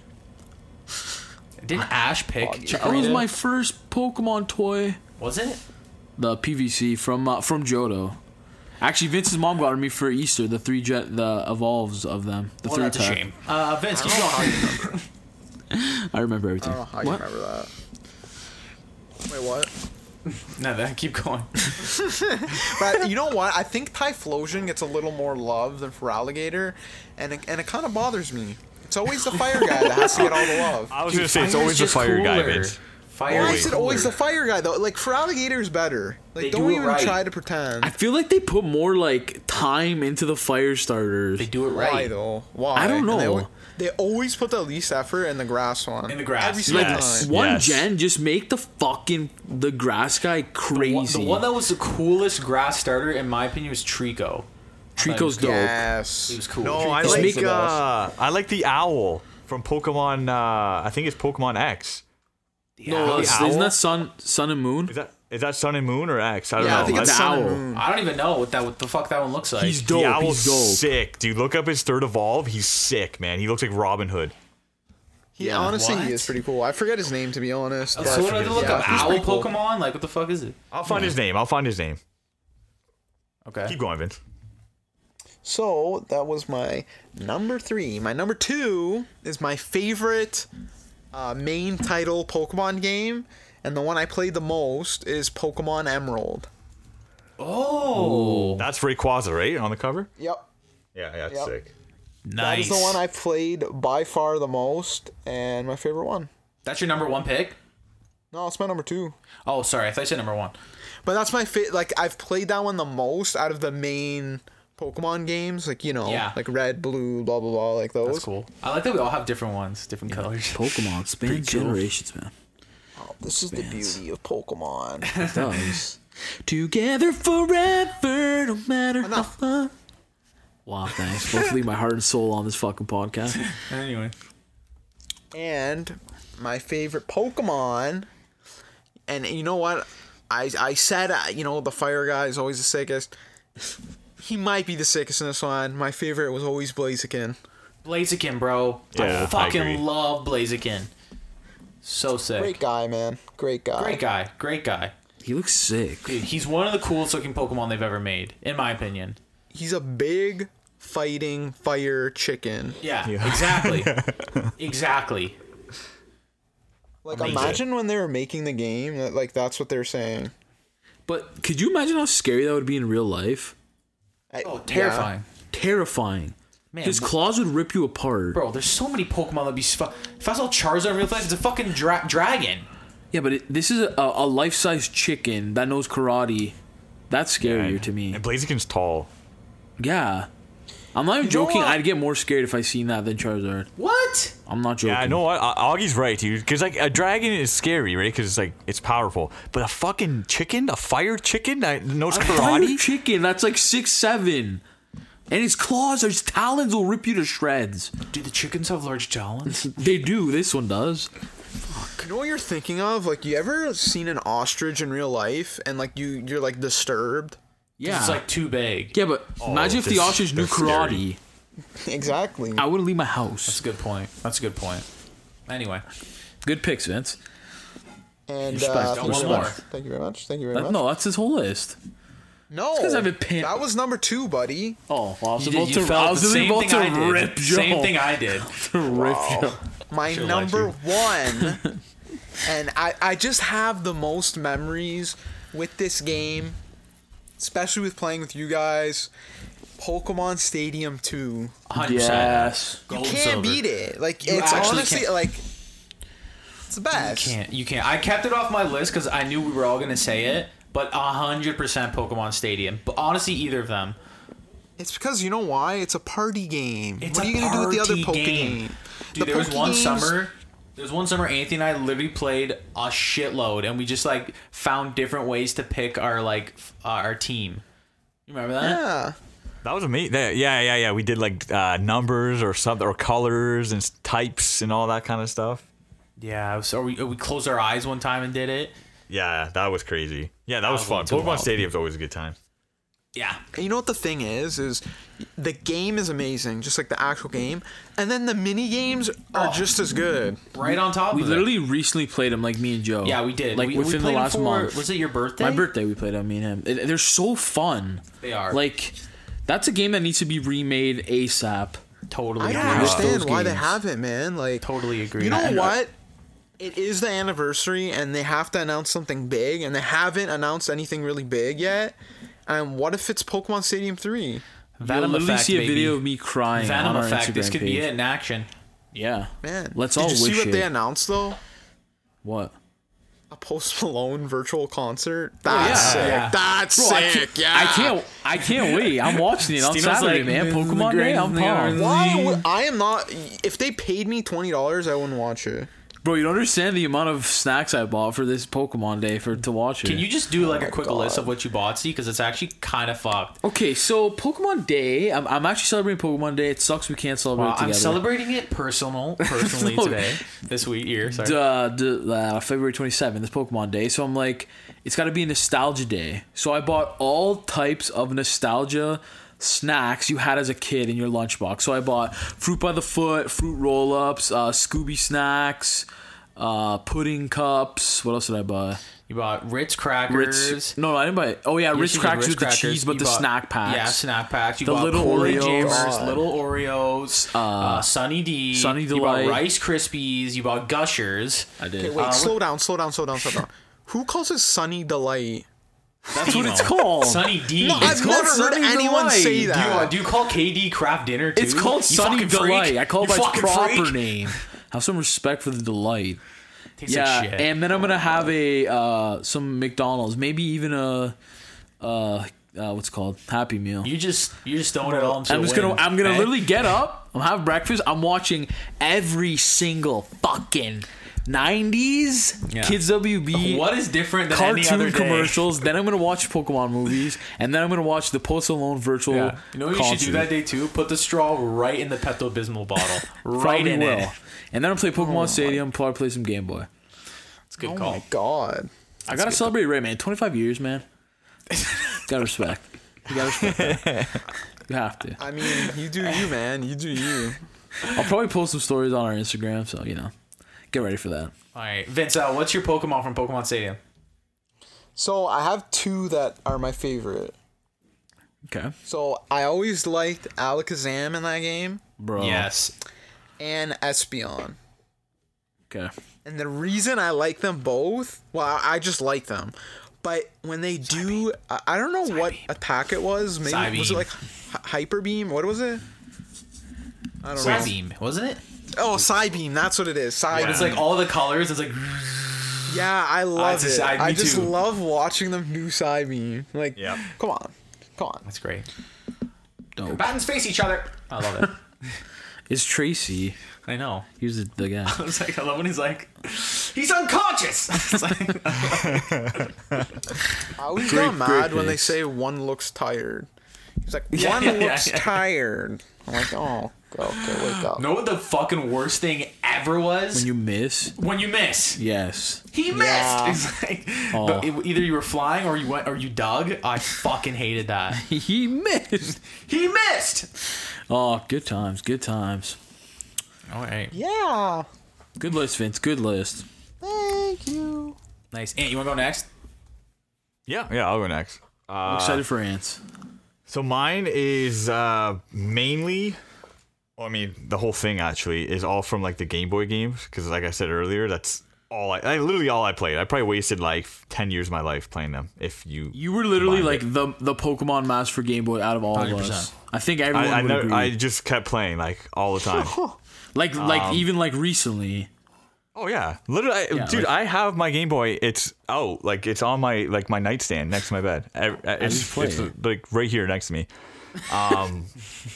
Didn't Ash pick Chikorita? that was my first Pokemon toy. Was it? The PVC from uh, from Johto. Actually, Vince's mom got it me for Easter. The three jet, the evolves of them. The Well, three that's a pack. shame. Uh, Vince, keep I going. I remember everything. Oh, I don't know how you what? remember that. Wait, what? <laughs> No, that, keep going. But you know what? I think Typhlosion gets a little more love than for Alligator, and it, and it kind of bothers me. It's always the fire guy that has to get all <laughs> the love. I was Dude, gonna say it's fire's always the just fire guy, cooler. Vince. Fire Why Always. is it always the fire guy though? Like for Alligator is better. Like They don't do it even right. try to pretend. I feel like they put more like time into the fire starters. They do it Why right. though? Why? I don't And They, know. al- they always put the least effort in the grass one. In the grass. Every single like Yes. time. one yes. gen, just make the fucking the grass The guy one- crazy. The one that was the coolest grass starter, in my opinion, was Trico. Trico's dope. Yes. He was cool. No, I Just like make- uh, I like the owl from Pokemon. Uh, I think it's Pokemon X. No, the it's- owl? isn't that sun, sun and moon? Is that is that Sun and Moon or X? I don't Yeah, know. I think That's- it's That's Sun and owl. Moon. I don't even know what that what the fuck that one looks like. He's the dope. owl's He's dope. sick, dude. Look up his third evolve. He's sick, man. He looks like Robin Hood. He, honestly, What? Oh, he is pretty cool. I forget his name to be honest. but- so what do I look Yeah, up? he's Owl pretty cool. Pokemon? Like what the fuck is it? I'll find his name. I'll find his name. Okay. Keep going, Vince. So that was my number three. My number two is my favorite uh, main title Pokemon game, and the one I played the most is Pokemon Emerald. Oh, That's Rayquaza, right, on the cover? Yep. Yeah, yeah, that's Yep. sick. That nice. is the one I played by far the most, and my favorite one. That's your number one pick. No, it's my number two. Oh, sorry, I thought you said number one. But that's my favorite. Like I've played that one the most out of the main Pokemon games. Like you know, Yeah. like Red, Blue, blah blah blah, like those. That's cool. I like that we all have different ones, different <laughs> colors. Pokemon span generations, man. This is the beauty of Pokemon. <laughs> It does. <laughs> Together forever, no matter how Enough. far. Wow, thanks. Both leave my heart and soul on this fucking podcast. Anyway, and my favorite Pokemon. And you know what? I I said uh, you know the fire guy is always the sickest. He might be the sickest in this one. My favorite was always Blaziken. Blaziken, bro. Yeah, I I fucking agree. love Blaziken. So sick. Great guy, man. Great guy. Great guy. Great guy. <laughs> He looks sick. Dude, he's one of the coolest looking Pokemon they've ever made, in my opinion. He's a big fighting fire chicken. Yeah, exactly. exactly. Like imagine when they were making the game, that, like that's what they're saying. But could you imagine how scary that would be in real life? I- Oh, yeah. terrifying. Terrifying. Man, His claws would rip you apart. bro, there's so many Pokemon that be. Sp- if I saw Charizard in real life, it's a fucking dra- dragon. Yeah, but it, this is a, a life-size chicken that knows karate. That's scarier to me. And Blaziken's tall. Yeah. I'm not even know joking. what? I'd get more scared if I seen that than Charizard. What? I'm not joking. Yeah, I know what. Uh, Augie's right, dude. Because like a dragon is scary, right? Because it's like it's powerful. But a fucking chicken, a fire chicken that knows Fire karate. chicken that's like six seven, and his claws, his talons will rip you to shreds. Do Oh, the chickens have large talons? They do. This one does. You know what you're thinking of? Like you ever seen an ostrich in real life and like you you're like disturbed? Yeah. It's like too big. yeah, but Oh, imagine if the this- ostrich they're knew scary. karate. Exactly. I wouldn't leave my house. That's a good point. That's a good point. Anyway, Good picks, Vince. And Respect. uh, Got thank, you one very more. much. thank you very much. Thank you very That, much. no, that's his whole list. no, 'cause I have a pin. That was number two, buddy. Oh, well, I was you, about did, you to, I felt the was same about thing to I did. rip Joe. Same thing I did. to rip Joe. My liked number <laughs> one, and I I just have the most memories with this game, especially with playing with you guys. Pokemon Stadium Two. 100%. Yes. Gold Can't silver. beat it. Like You it's actually honestly can't. like it's the best. Can't you can't? I kept it off my list because I knew we were all gonna say it. But hundred percent Pokemon Stadium. But honestly, either of them. It's because you know why? It's a party game. It's what are a you gonna do with the other party Poke game. game? Dude, The there was one Pokegames- summer There's one summer Anthony and I literally played a shitload, and we just like found different ways to pick our like f- uh, our team. You remember that? Yeah. That was amazing. Yeah, yeah, yeah. We did like uh, numbers or something or colors and s- types and all that kind of stuff. Yeah. So we we closed our eyes one time and did it. Yeah, that was crazy. Yeah, that, was was fun. too Pokemon wild. Stadium's always a good time. Yeah. You know what the thing is is the game is amazing, just like the actual game, and then the mini games Oh. are just as good. Right on top. We of it. literally recently played him, like me and Joe. Yeah, we did. Like we, we within the played 'em last for- month. Was it your birthday? My birthday, we played on me and him. It- They're so fun. They are. Like, that's a game that needs to be remade ASAP. Totally. I don't agree. understand Those why they games. haven't, man. Like Totally agree. You I know uh, know. what? It is the anniversary, and they have to announce something big, and they haven't announced anything really big yet. And what if it's Pokemon Stadium Three? Venom You'll literally effect, see a baby. video of me crying Venom on our effect. Instagram This could page. be it in action. Yeah, Man, Let's did all you wish see what it. they announced though? What? A Post Malone virtual concert. That's Oh, yeah. sick. Yeah. That's I sick. can't, yeah. I can't. I can't wait. I'm watching it on Stino's Saturday, like, man. "This is the Pokemon Day. greatest I'm thing ever." pumped. Why would I am not? If they paid me twenty dollars, I wouldn't watch it. Bro, you don't understand the amount of snacks I bought for this Pokemon Day for to watch it. Can you just do like Oh a quick God. list of what you bought, see? Because it's actually kind of fucked. Okay, so Pokemon Day. I'm, I'm actually celebrating Pokemon Day. It sucks we can't celebrate Wow, together. I'm celebrating it personal, <laughs> personally No. today, this week, year. Sorry. uh, d- uh, February 27th is Pokemon Day, so I'm like, it's got to be Nostalgia Day. So I bought all types of nostalgia snacks you had as a kid in your lunchbox. So I bought fruit by the foot, fruit roll ups, uh, Scooby snacks, uh, pudding cups. What else did I buy? You bought Ritz crackers. Ritz. No, no, I didn't buy. Oh yeah, Yes, Ritz you did crackers with the crackers. cheese, but You the bought- snack packs. Yeah, snack packs. You The bought little little Corey Oreos. Jammers, God. little Oreos, uh, Sunny D, Sunny You bought Delight. Rice Krispies. You bought Gushers. Uh, I did. Okay, wait, slow down, slow down, slow down, slow <laughs> down. Who calls it Sunny Delight? That's what it's called. Sunny D. No, I've called never heard Sunny anyone Delight. say You do, you, that. uh, do you call KD Kraft dinner too? It's called You Sunny fucking freak. Delight. I call it You by its fucking proper freak. name. Have some respect for the delight. Tastes like yeah, shit. and then I'm gonna have a uh, some McDonald's, maybe even a uh, uh, what's it called Happy Meal. You just you just throwing it all into I'm a just wind, gonna I'm gonna eh? literally get up. I'm have breakfast. I'm watching every single fucking 90s Yeah. Kids WB. What is different than any other Cartoon day? commercials. Then I'm gonna watch Pokemon movies, and then I'm gonna watch the Post Malone virtual. Yeah. You know what you concert. should do that day too? Put the straw right in the Pepto Bismol <laughs> bottle. right Probably in will. it. Oh And then I'll play Pokemon Stadium. Probably play some Game Boy. It's a good oh call. my god. I gotta celebrate Ray, man. 25 years, man. gotta respect. You gotta respect. that. You have to. I mean, you do you, man. You do you. I'll probably post some stories on our Instagram, so you know, get ready for that. All right, Vince, uh, what's your Pokemon from Pokemon Stadium? So I have two that are my favorite. Okay, So I always liked Alakazam in that game bro. Yes. and Espeon. Okay. And the reason I like them both, well, I I just like them. But when they do, I I don't know what attack it was. Maybe was it Psybeam. like hy- hyper beam? What was it? I don't know. Psybeam, wasn't it? Oh, side beam. That's what it is. Side. It's like all the colors. It's like <laughs> Yeah, I love it's a it. side, me I just too. love watching them do side beam. Like, Yeah. come on, come <laughs> on. that's great. Dope. Battons face each other. I love <laughs> it. It's Tracy. I know. He was the, the guy. <laughs> I was like, I love when he's like, <laughs> he's unconscious. <laughs> It's like- I always Great- got great mad when they picks. say one looks tired. He's like, one Yeah, yeah, yeah, looks yeah. tired. I'm like, oh, <gasps> okay, wake up. know what the fucking worst thing ever was? You miss? When you miss, Yes. he missed. <laughs> Yeah. It's like, Oh. but it- either you were flying or you went or you dug. I fucking hated that. He missed. <laughs> he missed. Oh, good times. Good times. All right, Yeah, Good list, Vince. Good list. thank you. nice. Ant, you want to go next? Yeah, yeah. I'll go next. I'm excited for ants. So mine is uh, mainly, well, I mean, the whole thing actually is all from like the Game Boy games because, like I said earlier, that's all I, I literally all I played. I probably wasted like ten years of my life playing them. If you You were literally combined like it. the the Pokemon master for Game Boy out of all of us. 100%. I think everyone I I, would never, agree. I um, just kept playing like all the <laughs> time. like like even like recently. oh yeah, literally, I, dude. like- I have my Game Boy. It's out, like it's on my like my nightstand next to my bed. I, I- just it's play it's it. <laughs> like right here next to me. Um,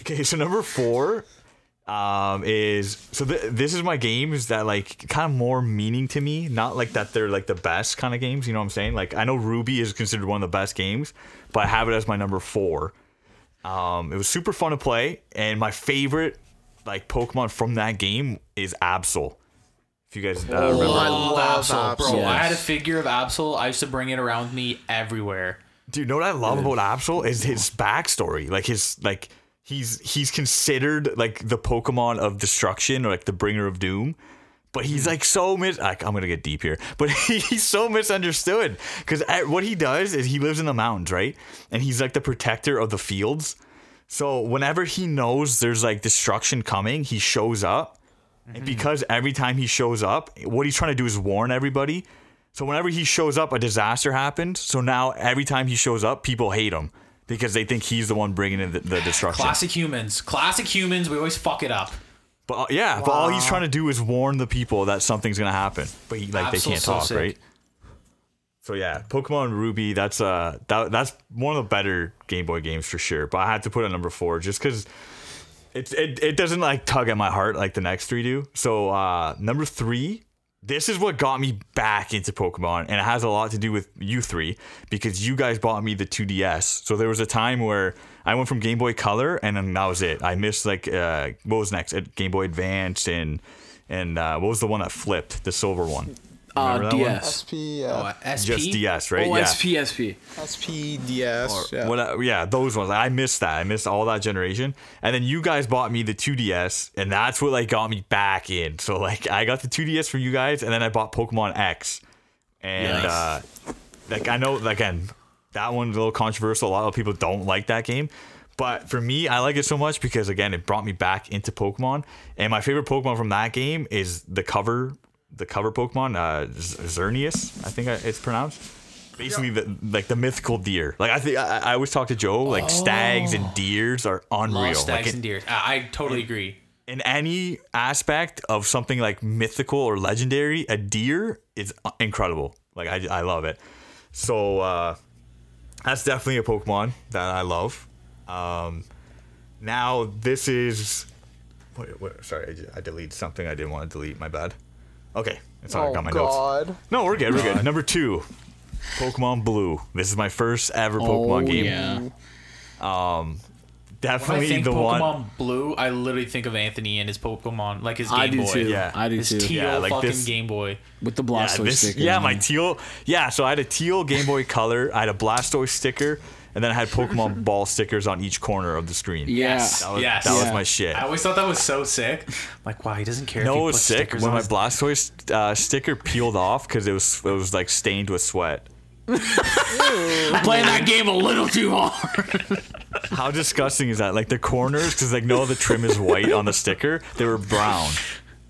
okay, so number four. um, is so th- this is my games that like kind of more meaning to me, not like that they're like the best kind of games. You know what I'm saying? Like I know Ruby is considered one of the best games, but I have it as my number four. Um, it was super fun to play, and my favorite like Pokemon from that game is Absol. If you guys uh, remember, love Absol, bro. Absol. I had a figure of Absol. I used to bring it around with me everywhere. Dude, you know what I love about Absol is his backstory. Like his like he's he's considered like the Pokemon of destruction or like the bringer of doom. But he's like so mis like, I'm gonna get deep here. But <laughs> he's so misunderstood. Cause uh, what he does is he lives in the mountains, right? And he's like the protector of the fields. So whenever he knows there's like destruction coming, he shows up. And because every time he shows up, what he's trying to do is warn everybody. So whenever he shows up, a disaster happens. So now every time he shows up, people hate him because they think he's the one bringing in the, the destruction. Classic humans. Classic humans. We always fuck it up. But uh, yeah, but all he's trying to do is warn the people that something's gonna happen. But he like Absol's they can't so talk, sick. right? So yeah, Pokemon Ruby. That's uh that that's one of the better Game Boy games for sure. But I had to put it at number four just because. It, it, it doesn't like tug at my heart like the next three do. So uh number three, this is what got me back into Pokemon, and it has a lot to do with you three because you guys bought me the 2DS. So there was a time where I went from Game Boy Color, and then that was it. I missed like uh what was next? Uh, Game Boy Advance and and uh, what was the one that flipped? The silver one. Remember Uh, that one? DS. SP, Oh, uh, SP? Just DS, right? Oh, yeah. SP, SP. SPDS. yeah. What I- yeah, those ones. I missed that. I missed all that generation. And then you guys bought me the 2DS, and that's what like got me back in. So like I got the 2DS from you guys, and then I bought Pokemon X. And Nice. uh like I know again, that one's a little controversial. A lot of people don't like that game. But for me, I like it so much because again, it brought me back into Pokemon. And my favorite Pokemon from that game is the cover the cover Pokemon, uh Z- Xerneas, I think I- it's pronounced basically the like the mythical deer. Like I think I, I always talk to Joe. Like stags and deers are unreal. Oh. Lost like stags in, and deers. I, I totally agree. in any aspect of something like mythical or legendary, a deer is uh, incredible. Like I, I love it. So uh, that's definitely a Pokemon that I love. Um, now this is. Wait, wait, sorry, I, ju- I deleted something I didn't want to delete. My bad. Okay, it's all I Oh got my notes. God! No, we're good. We're good. Number two, Pokemon Blue. This is my first ever Oh, Oh, Pokemon game. When I Definitely think the Pokemon one. Blue, I literally think of Anthony and his Pokemon, like his Game I do Boy. too. yeah. I do His too. teal Yeah, like fucking this- Game Boy. With the Yeah, Blastoise this- sticker. yeah, on my it. teal. Yeah, so I had a teal Game Boy Color. I had a Blastoise sticker, and then I had <laughs> Pokemon Ball stickers on each corner of the screen. Yeah. Yes. that was, yes. that was Yeah. my shit. I always thought that was so sick. like, wow, he doesn't care. No, if it he was puts sick stickers when on my his- Blastoise uh, sticker peeled off because it was it was like stained with sweat. I'm playing that game a little too hard. <laughs> How disgusting is that? Like the corners, because like no, the trim is white on the sticker. They were <laughs> brown.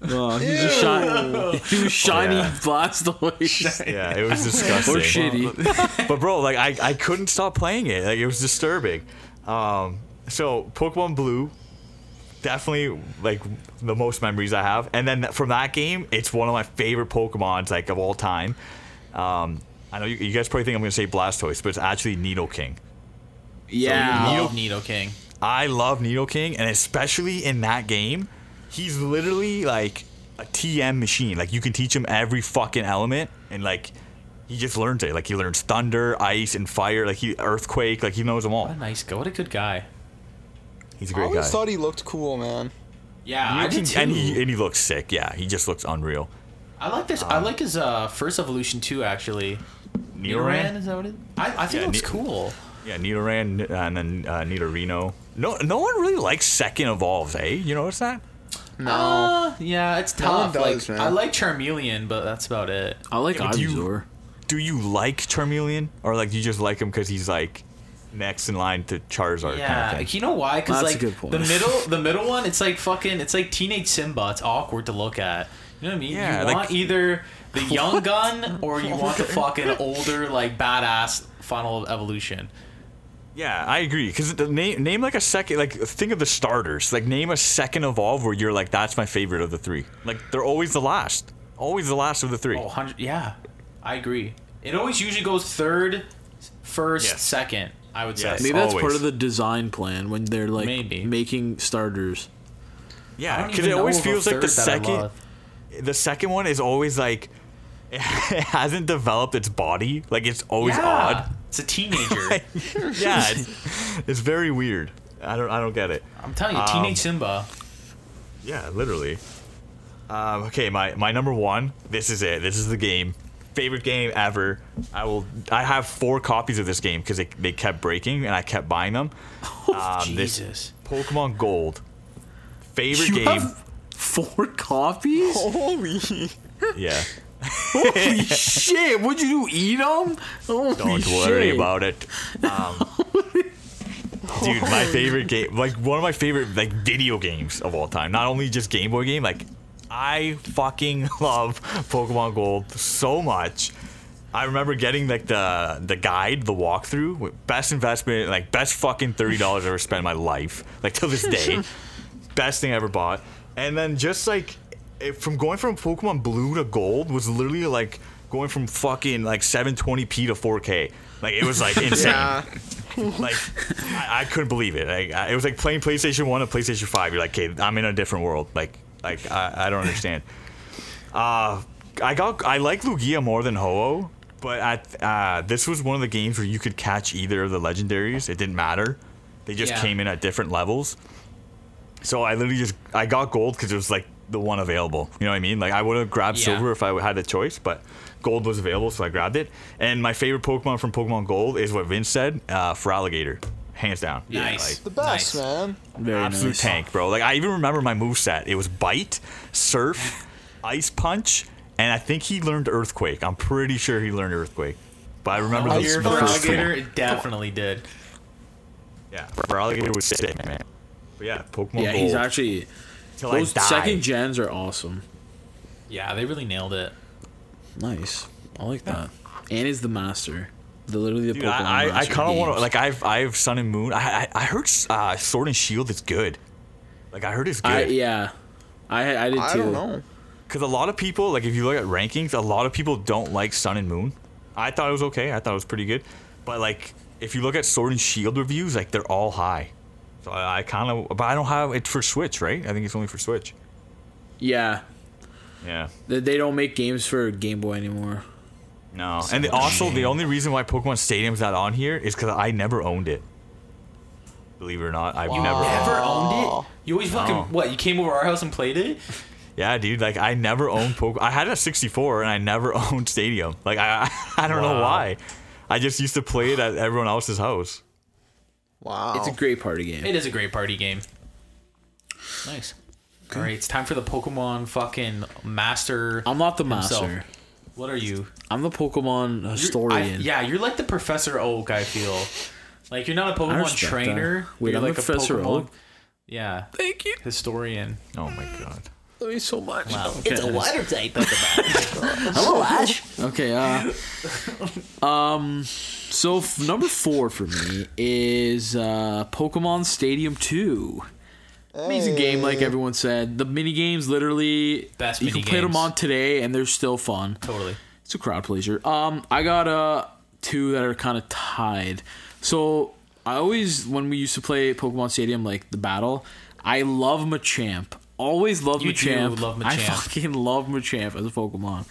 Oh, he's a shiny, <laughs> he was shiny Yeah. <laughs> Blastoise. Yeah, it was disgusting. Or shitty. but bro, like I, I couldn't stop playing it. Like it was disturbing. Um, so Pokemon Blue, definitely like the most memories I have. And then from that game, it's one of my favorite Pokemons like of all time. Um, I know you, you guys probably think I'm gonna say Blastoise, but it's actually Nidoking. Yeah. Love Nido King. I love Nidoking, and especially in that game, he's literally like a TM machine. Like you can teach him every fucking element, and like he just learns it. Like he learns thunder, ice, and fire. Like he earthquake. Like he knows them What all. a nice guy. What a good guy. He's a I great always guy. thought he looked cool, man. Yeah, I did Nidoking- too. and he and he looks sick. Yeah, he just looks unreal. I like this. I like his uh, first evolution too. Actually, Nidoran is that what it? I, I think Yeah, it looks Ni- cool. Yeah, Nidoran uh, and then uh, Nidorino. No, no one really likes second evolves, eh? You notice that? No. Uh, yeah, it's one tough. does, like man. I like Charmeleon, but that's about it. I like but do you- Ivysaur. Do you like Charmeleon, or like do you just like him because he's like next in line to Charizard? Yeah, kind of thing? like, you know why? Because That's a like good point. the middle, the middle one, it's like fucking, it's like teenage Simba. It's awkward to look at. You know what I mean? Yeah, you like- want either the young gun or you want the fucking older, like badass final evolution. Yeah, I agree. Because name name like a second, like think of the starters. Like name a second evolve where you're like, that's my favorite of the three. Like they're always the last, always the last of the three. Oh, 100 Yeah, I agree. It always usually goes third, first, Yes. second. I would Yes. say. Maybe that's part always. of the design plan when they're like Maybe. making starters. Yeah, don't because even it always know of a feels like the third that I second, love. the second one is always like, <laughs> it hasn't developed its body. Like it's always Yeah. odd. <laughs> It's a teenager. Yeah, it's, it's very weird. I don't, I don't get it. I'm telling you, um, teenage Simba. Yeah, literally. Um, okay, my my number one. This is it. This is the game. Favorite game ever. I will. I have four copies of this game because they, they kept breaking and I kept buying them. Oh, Um, this- Jesus. Pokemon Gold. Favorite You game. Oh. have four <laughs> copies? <laughs> Holy. yeah. Holy shit! What'd you do? Eat them? Holy Don't shit. worry about it. <laughs> Um, dude, my favorite game, like one of my favorite like video games of all time. Not only just Game Boy game, like I fucking <laughs> love Pokemon Gold so much. I remember getting like the the guide, the walkthrough, with best investment, like best fucking thirty dollars I ever spent in my life, like till <laughs> this day, best thing I ever bought. And then just like it, from going from Pokemon Blue to Gold was literally like going from fucking like 720p to 4K. Like it was like insane. Yeah. Like I, I couldn't believe it. Like I, it was like playing PlayStation One and PlayStation Five. You're like, okay, I'm in a different world. Like like I, I don't understand. <laughs> Uh, I got I like Lugia more than Ho-Oh, but at, uh, this was one of the games where you could catch either of the legendaries. It didn't matter. They just Yeah. came in at different levels. So I literally just I got gold because it was like the one available. You know what I mean? Like I would have grabbed Yeah. silver if I had the choice, but gold was available, so I grabbed it. And my favorite Pokemon from Pokemon Gold is what Vince said, uh, for alligator, hands down. Nice. like, The Nice. best, man. Very absolute nice. tank, bro. Like I even remember my move set. It was bite, surf, ice punch, and I think he learned earthquake. I'm pretty sure he learned earthquake. But I remember Ice those Your Your the punch. first three. alligator it definitely did. Yeah, for alligator was sick, man. But yeah, Pokemon Yeah, Gold. he's actually. till I Those die. second gens are awesome. Yeah, they really nailed it. Nice. I like that. And is the master. The literally the Dude, Pokemon I, I, I master kind of want games. to like I've I've Sun and Moon. I I, I heard uh, Sword and Shield is good. Like I heard it's I, good yeah. I I did too. I don't know. because a lot of people like if you look at rankings, a lot of people don't like Sun and Moon. I thought it was okay. I thought it was pretty good, but like if you look at Sword and Shield reviews, like they're all high. So I, I kind of but I don't have it for Switch, right? I think it's only for Switch. Yeah. Yeah. They, they don't make games for Game Boy anymore. No. And the, also the only reason why Pokemon Stadium's not on here is because I never owned it. Believe it or not, I've never owned it. Ever owned it? You always fucking what? You came over our house and played it? Yeah, dude. Like I never owned Poke. I had a 64 and I never <laughs> owned Stadium. Like I, I don't know why. I just used to play it at everyone else's house. Wow. It's a great party game. It is a great party game. Nice. All right, it's time for the Pokemon fucking master. I'm not the himself. master. What are you? I'm the Pokemon You're- historian. I- yeah, you're like the Professor Oak. I feel like you're not a Pokemon respect that. trainer. but Wait, you're I'm like the Professor Pokemon, Oak? Yeah, Thank you. historian. Oh my god. Love you so much. Wow. It's a water type Pokemon. Hello, Ash. Okay. Uh, um. So f- number four for me is uh, Pokemon Stadium Two. Amazing game, like everyone said. The mini games, literally, Best you mini can play them games. on today, and they're still fun. Totally. It's a crowd pleaser. Um, I got uh two that are kind of tied. So I always when we used to play Pokemon Stadium, like the battle, I love Machamp. Always love You do Machamp. love I Machamp. fucking love Machamp as a Pokemon.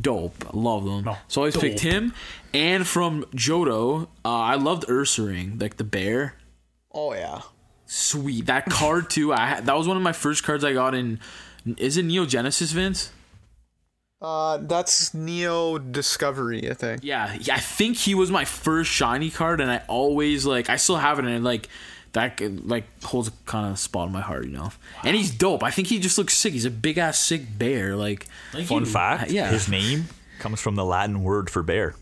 Dope, love them. No, so I always picked dope. him. And from Johto, uh, I loved Ursaring, like the bear. Oh yeah. Sweet, that card too. I had, that was one of my first cards I got in. Is it Neo Genesis, Vince? Uh, that's Neo Discovery, I think. Yeah, yeah, I think he was my first shiny card, and I always like I still have it, and it, like that like holds a kind of spot in my heart, you know. And he's dope. I think he just looks sick. He's a big ass sick bear. Like, Fun fact. yeah. His name comes from the Latin word for bear.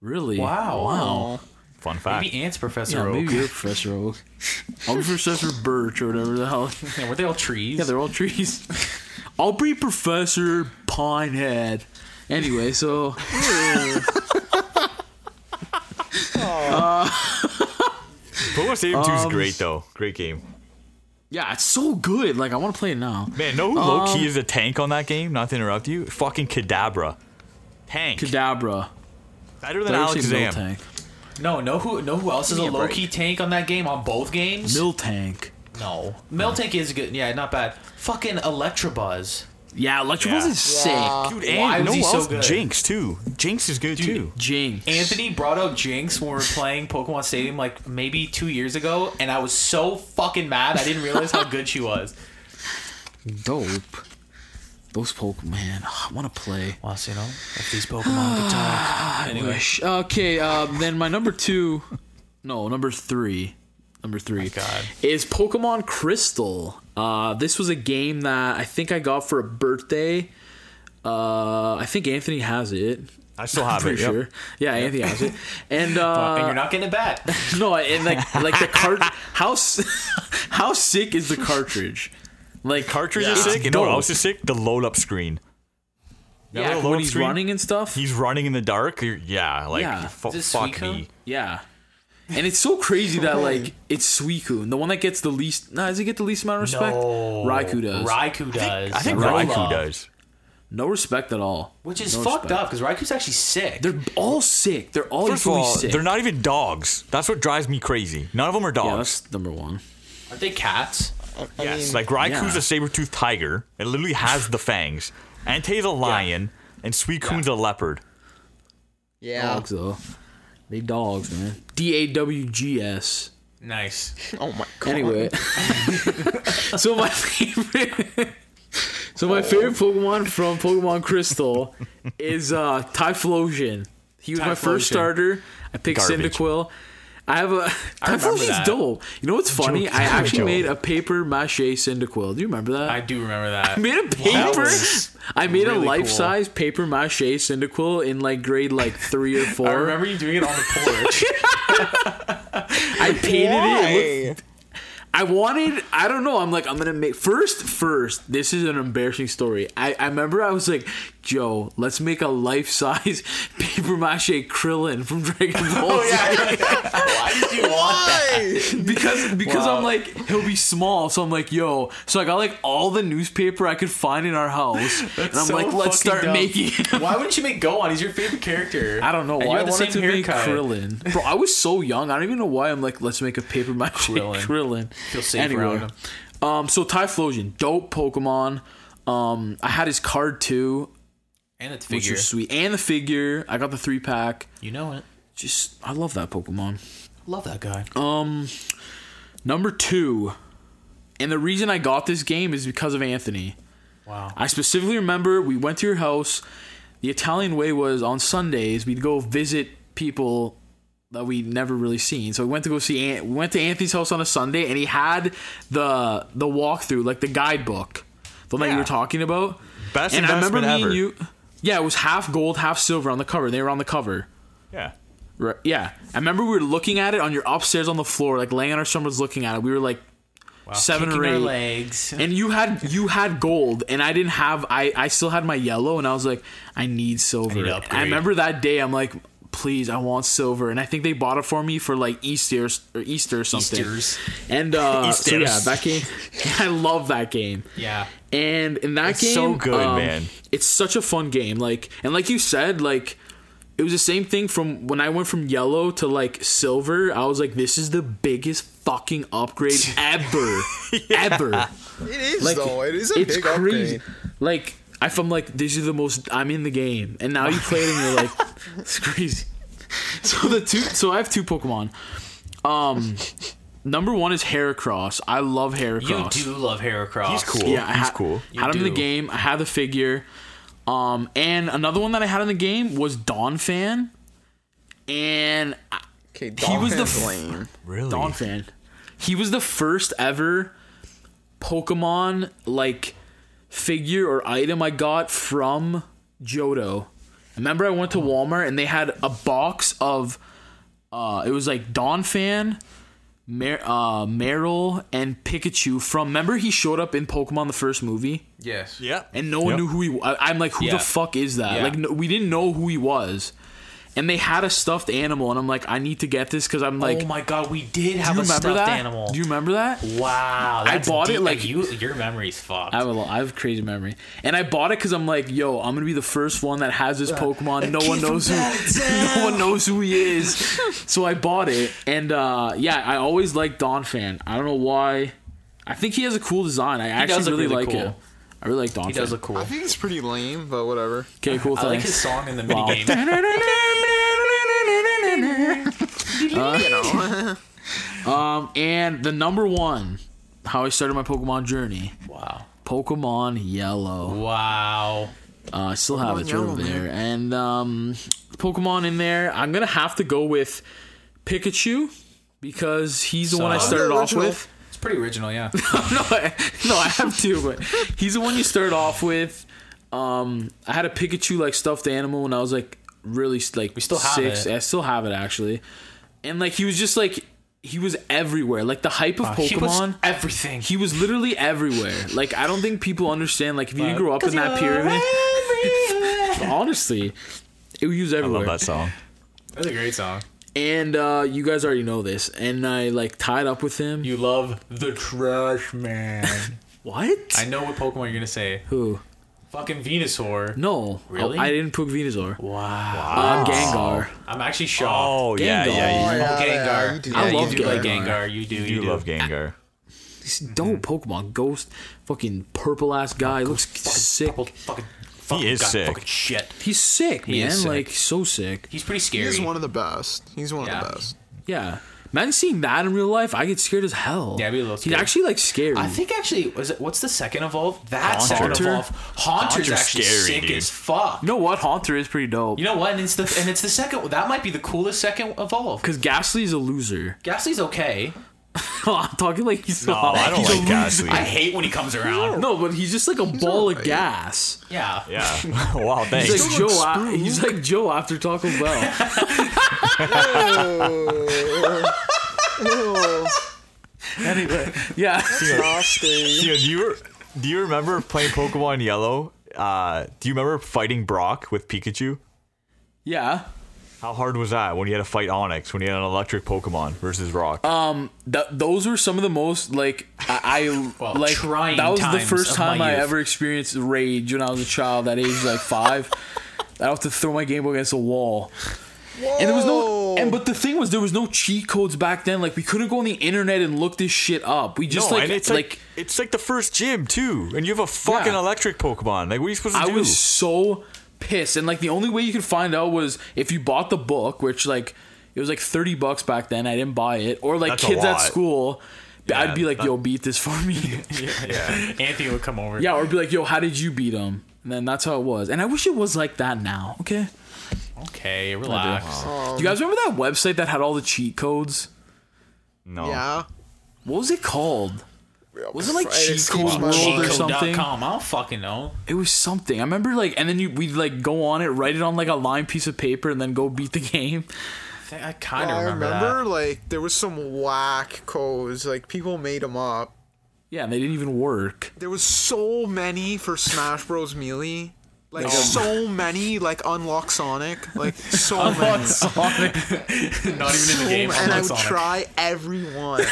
really? Wow. Wow. Fun fact. Maybe Ant's Professor Yeah, Oak. maybe you're Professor Oak. I'm Professor Birch or whatever the hell. <laughs> <laughs> Yeah, were they all trees? Yeah, they're all trees. I'll be Professor Pinehead. Anyway, so <laughs> <laughs> Pokemon Stadium 2 is Um, great though. Great game. yeah, it's so good. Like I want to play it now. Man, know who low Um, key is a tank on that game? Not to interrupt you. Fucking Kadabra. Tank. Kadabra. Better than Did I ever Alex say Zam. Miltank? no, know who know who else is a me a low key tank on that game on both games? Miltank. No. Meltank is good. Yeah, not bad. Fucking Electrobuzz. Yeah, Electrobuzz Yeah. is Yeah. sick. Dude, Why and was no he one so else. good? Jinx too. Jinx is good too. Jinx. Anthony brought out Jinx when we were playing Pokemon Stadium like maybe two years ago, and I was so fucking mad I didn't realize how good she was. <laughs> Dope. Those Pokemon. I want to play. Well, so, you know, if these Pokemon could talk. Anyway. Wish. Okay, um, then my number two. No, number three. Number three. God. Is Pokemon Crystal. Uh, this was a game that I think I got for a birthday. Uh, I think Anthony has it. I <laughs> still have it. Pretty yep. sure. Yeah, Anthony has <laughs> it. And, and uh, you're not getting it back. no, and like like the cart. How s- <laughs> how sick is the cartridge? Like Cartridge Yeah. is It's sick. You know what dope. else is sick? The load up screen. yeah, the like, load when up he's screen? running and stuff. He's running in the dark. You're- yeah, like Yeah. fu- Is it fuck Suicune? me. Yeah. And it's so <laughs> crazy that like it's Suicune, the one that gets the least. Nah, does it get the least amount of respect? Raikou does. Raikou does. I think Roll Raikou up. does. no respect at all. Which is No fucked respect. up because Raikou's actually sick. They're all sick. They're all First of equally all, sick. they're not even dogs. That's what drives me crazy. None of them are Yeah, dogs. that's number one. Aren't they cats? I yes, mean, like Raikou's yeah. a saber-toothed tiger. It literally has the fangs. Ante's a lion, and Suicune's a leopard. yeah. Dogs though. They dogs, man. D A W G S. Nice. Oh my <laughs> god. Anyway, so my favorite, so my favorite Pokemon from Pokemon Crystal is uh, Typhlosion. He was my first Typhlosion. starter. I picked Garbage. Cyndaquil. I have a remember Typhlosion's that. dope. You know what's <laughs> funny? I actually made a paper mache Cyndaquil. Do you remember that? I do remember <laughs> that. I made a That paper. was I made really a cool. life-size paper mache Cyndaquil in like grade like three or <laughs> four. I remember you doing it <laughs> on the porch. I painted it. It looked Why? I wanted, I don't know. I'm like, I'm gonna make first. First, this is an embarrassing story. I, I remember I was like, Joe, let's make a life size <laughs> paper mache Krillin <laughs> from Dragon Ball. oh <laughs> Why did you want that? Why? <laughs> because because Wow. I'm like he'll be small, so I'm like yo. So I got like all the newspaper I could find in <laughs> our house, and I'm so like, let's fucking start dumb. making. him." Why wouldn't you make Gohan? He's your favorite character. I don't know And you why I had the wanted to same make haircut. Krillin, <laughs> bro. I was so young. I don't even know why I'm like, let's make a paper mache Krillin. Krillin. <laughs> Krillin. Feel safe around him. um, so Typhlosion, dope Pokemon. Um, I had his card too, And it's which figure. was sweet, and the figure. I got the three pack. You know it. Just, I love that Pokemon. Love that guy. Um, Number two, and the reason I got this game is because of Anthony. wow. I specifically remember we went to your house. The Italian way was on Sundays we'd go visit people that we never really seen. So we went to go see Ant- we went to Anthony's house on a Sunday and he had the the walkthrough, like the guidebook, the one that you were talking about. Best and I remember investment me ever. and you. Yeah, it was half gold, half silver on the cover. They were on the cover. Yeah. Right. Yeah, I remember we were looking at it on your upstairs on the floor, like laying on our stomachs looking at it. We were like seven Kicking or our eight legs. <laughs> and you had you had gold and i didn't have i i still had my yellow and i was like i need silver to i, upgrade. remember that day i'm like please i want silver and i think they bought it for me for like easter or easter or something Easters. and uh so yeah Easters. that game <laughs> i love that game Yeah. and in that game so good, um, man. it's such a fun game like and like you said like it was the same thing from when I went from yellow to like silver. I was like, "This is the biggest fucking upgrade ever, ever." It <laughs> is Like, though. It is a it's big crazy. upgrade. Like I, am like, this is the most I'm in the game, and now you play it and you're like, <laughs> it's crazy. <laughs> So the two, so I have two Pokemon. Um, number one is Heracross. I love Heracross. You do love Heracross. He's cool. Yeah, I He's ha- cool. Had him in do. the game. I had the figure. Um, and another one that I had in the game was Dawn Fan, and I- Okay, He was the Dolphin's f- lame. Really? Dawn fan. He was the first ever Pokemon like figure or item I got from Johto. Remember, I went to Walmart and they had a box of. Uh, it was like Dawn fan, Mer- uh, Meryl, and Pikachu from. Remember, he showed up in Pokemon the first movie, Yes. Yeah. and no one Yep. knew who he. was. I'm like, who Yeah. the fuck is that? Yeah. Like, no, we didn't know who he was, and they had a stuffed animal, and I'm like, I need to get this because I'm like, oh my god, we did do have you a remember stuffed that? animal. Do you remember that? wow. I that's bought it, deep. like- you. Your memory's fucked. I have, a lo- I have crazy memory, and I bought it because I'm like, yo, I'm gonna be the first one that has this Pokemon. No one knows who, <laughs> no one knows who he is. so I bought it, and uh, yeah, I always liked Dawn Fan. I don't know why. I think he has a cool design. I does look actually really, really like cool. it. I really like Don. He does look cool. I think it's pretty lame, but whatever. Okay, cool. I like thanks. his song in the Wow. mini game. <laughs> Um, and the number one, how I started my Pokemon journey, Wow. Pokemon Yellow. Wow. Uh, I still have it it's Yellow, over there, and um, Pokemon in there. I'm gonna have to go with Pikachu because he's the one I Solid. started off Original. with. <laughs> It's pretty original, yeah. no, I, no, I have two, but he's the one you start off with. Um, I had a Pikachu like stuffed animal when I was like really like we still have six. it. I still have it actually, and like he was just like he was everywhere. Like the hype of Ah, He was Pokemon. everything. He was literally everywhere. Like I don't think people understand. Like if you grew up in that pyramid, honestly, it was used everywhere. Love that <laughs> song. <laughs> That's a great song. And uh, you guys already know this. And I like tied up with him. You love the trash man. what? <laughs> I know what Pokemon you're gonna say. Who? Fucking Venusaur. No, Really? I didn't pick Venusaur. Wow. Um, Gengar. I'm actually shocked. Oh yeah, Gengar. yeah. You, yeah, Gengar. you do I that. love You You do like that. Gengar. You do. You, you do. love <laughs> Gengar. This Hmm. dope Pokemon. Ghost, fucking purple ass guy. Looks sick. Purple fucking. fucking is god sick. Fucking shit. He's sick, man. is sick. Like so sick. He's pretty scary. He's one of the best. He's one Yeah. of the best. Yeah. Man, seeing that in real life, I get scared as hell. Yeah, I'd be a little He's scared. actually like scary. I think actually, was it, what's the second evolve? That second Haunter. evolve, Haunter's, Haunter's actually scary, sick dude. as fuck. You know what? Haunter is pretty dope. You know what? And it's the and it's the second. That might be the coolest second evolve. Because Ghastly's a loser. <laughs> Ghastly's okay. I'm talking like he's No, Oh, I don't he's a like Ghastly. I hate when he comes around. No, but he's just like a ball of alright. gas. Yeah. Yeah. <laughs> wow. Thanks. He's like Joe. a- he's like Joe after Taco <laughs> Bell. Anyway, yeah. <laughs> Theo, do you do you remember playing Pokemon Yellow? Uh, do you remember fighting Brock with Pikachu? Yeah. How hard was that when you had to fight Onyx when you had an electric Pokemon versus Rock? Th- those were some of the most like I, I like trying that was the times first of time my I youth. ever experienced rage when I was a child at age like five. I have to throw my Game Boy against a wall. And there was no and but the thing was there was no cheat codes back then. Like we couldn't go on the internet and look this shit up. We just no, like and it's like, like it's like the first gym too, and you have a fucking Yeah. electric Pokemon. Like what are you supposed to I do? <laughs> was so pissed. And like the only way you could find out was if you bought the book, which like it was like 30 bucks back then. I didn't buy it. Or like That's a kids at lot. school, I'd be like, that- yo, beat this for <laughs> me. Anthony would come over. yeah, or be like, yo, how did you beat him? And then that's how it was. And I wish it was like that now. Okay. Okay, relax. Do you guys remember that website that had all the cheat codes? no. Um, Yeah. What was it called? Was it like Friday cheat School code Month. world or Cheat something? Cheatcode.com. I don't fucking know. It was something. I remember like, and then you, we'd like go on it, write it on like a line piece of paper, and then go beat the <laughs> game. I, think- I kind of I remember, remember, that. like there was some whack codes. Like people made them up. Yeah, and they didn't even work. There was so many for Smash Bros. Melee. Like so many, like unlock Sonic, like so <laughs> many. Not even in the game. and I I'm would Sonic. try every <laughs> one.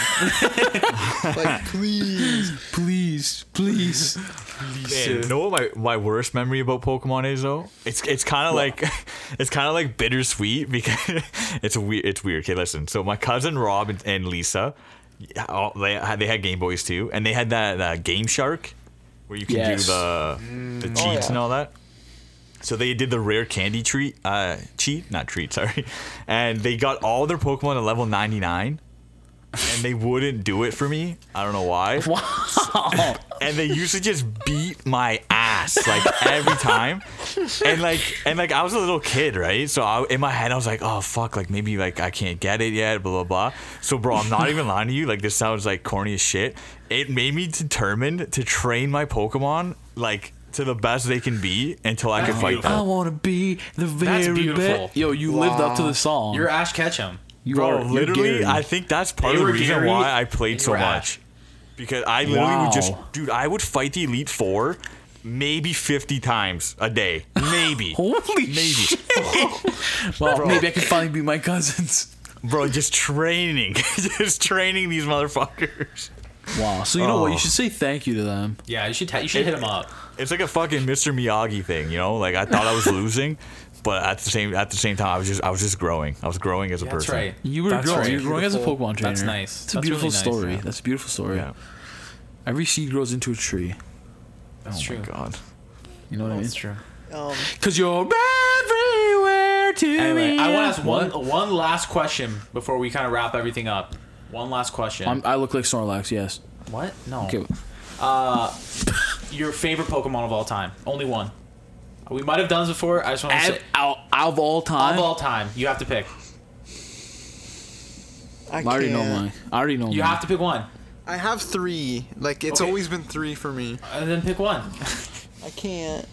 like please, please, please. Man, you know what my, my worst memory about Pokemon is though? It's it's kind of like <laughs> it's kind of like bittersweet <laughs> because it's weird. It's weird. Okay, listen. So my cousin Rob and, and Lisa, all- they had they had Game Boys too, and they had that uh, Game Shark where you can Yes. do the the cheats and all that. So they did the rare candy treat uh, cheat, not treat, <laughs> sorry, and they got all their Pokemon to level ninety nine. And they wouldn't do it for me. I don't know why <laughs> and they used to just beat my ass like every time and like and like i was a little kid right so I, in my head i was like oh fuck like maybe like i can't get it yet blah blah blah so bro i'm not even lying to you like this sounds like corny as shit it made me determined to train my pokemon like to the best they can be until i could fight I them want to be the very Oh. beautiful. best. Yo, you lived up to the song. You're Ash Ketchum. you bro are- you're literally Gary. i think that's part They of the were reason Gary why i and played you so were much Ash. because i literally would just Wow. dude i would fight the elite four maybe 50 times a day maybe <laughs> Holy shit. Well, maybe I can finally be my cousins. <laughs> Bro, just training. <laughs> just training these motherfuckers. <laughs> Wow. So you know what? You Oh. should say thank you to them. Yeah, you should ta- you should hit him up. It's like a fucking Mr. Miyagi thing, you know? Like I thought I was losing, but at the same at the same time I was just I was just growing. I was growing as a That's person. right. You were That's growing. right. You were growing as a Pokemon trainer. That's nice. It's a That's beautiful really nice, story. yeah. That's a beautiful story. Yeah. Every seed grows into a tree. Oh That's true. God. You know what I mean? That's true. Um, Cause you're everywhere to Anyway, me. I want to ask one What? one last question before we kind of wrap everything up. One last question. I'm, I look like Snorlax. Yes. what? No. Okay. Your favorite Pokemon of all time? Only one. We might have done this before. I just want to Out, say out, out of all time. of all time, you have to pick. I, I already know can't. mine. I already know You mine. have to pick one, I have three. Like it's Okay. always been three for me. and then pick one. I can't.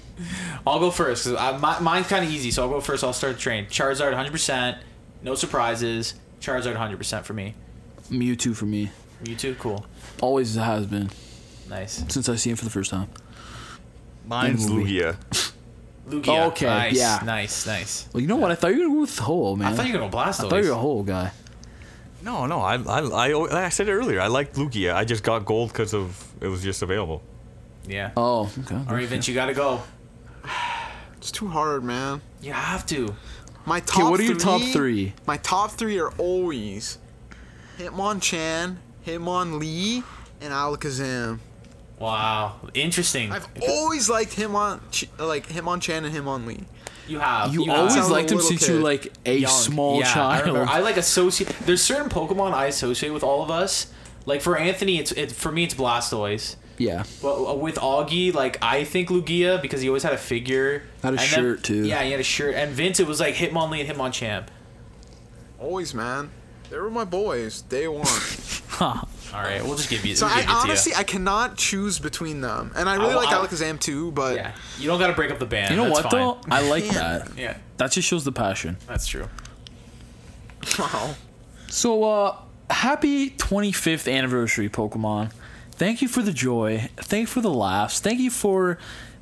I'll go first. 'cause I, my, mine's kind of easy, so I'll go first. I'll start the train. Charizard 100%. No surprises. Charizard 100% for me. Mewtwo for me. Mewtwo, cool. Always has been Nice. since I see him for the first time. Mine's movie. Lugia. Lugia. Okay, Nice, yeah. Nice, nice. Well, you know what? I thought you were with Ho, man. I thought you were going to blast I thought you were a Ho guy. No, no. I, I, I, al- I said it earlier. I liked Lugia. I just got gold because of it was just available. Yeah. Oh, okay. All right, Vince, you got to go. It's too hard, man. You have to. My top. what are your three, top three? My top three are always Hitmonchan, Hitmonlee, and Alakazam. Wow. Interesting. I've always liked Hitmon, Ch- like Hitmonchan and Hitmonlee. you have. You have. always sound liked him little since kid. you were like a Young. small Yeah, I, child. remember. I like associate. There's certain Pokemon I associate with all of us. Like for Anthony, it's it, for me it's Blastoise. yeah. But uh, with Augie, like I think Lugia because he always had a figure, Had a And then- shirt, too. Yeah, he had a shirt. And Vince, it was like Hitmonlee and Hitmonchamp. Always, man. They were my boys. <laughs> Day one. All right, we'll just give you. So we'll I give it to you. honestly, I cannot choose between them, and I Oh, really I'll- like I'll- Alakazam too. But yeah, you don't got to break up the band. You know That's what fine. though? I like that. Yeah, That just shows the passion. that's true. <laughs> wow, So, uh, happy 25th anniversary, Pokemon. Thank you for the joy. Thank you for the laughs. Thank you for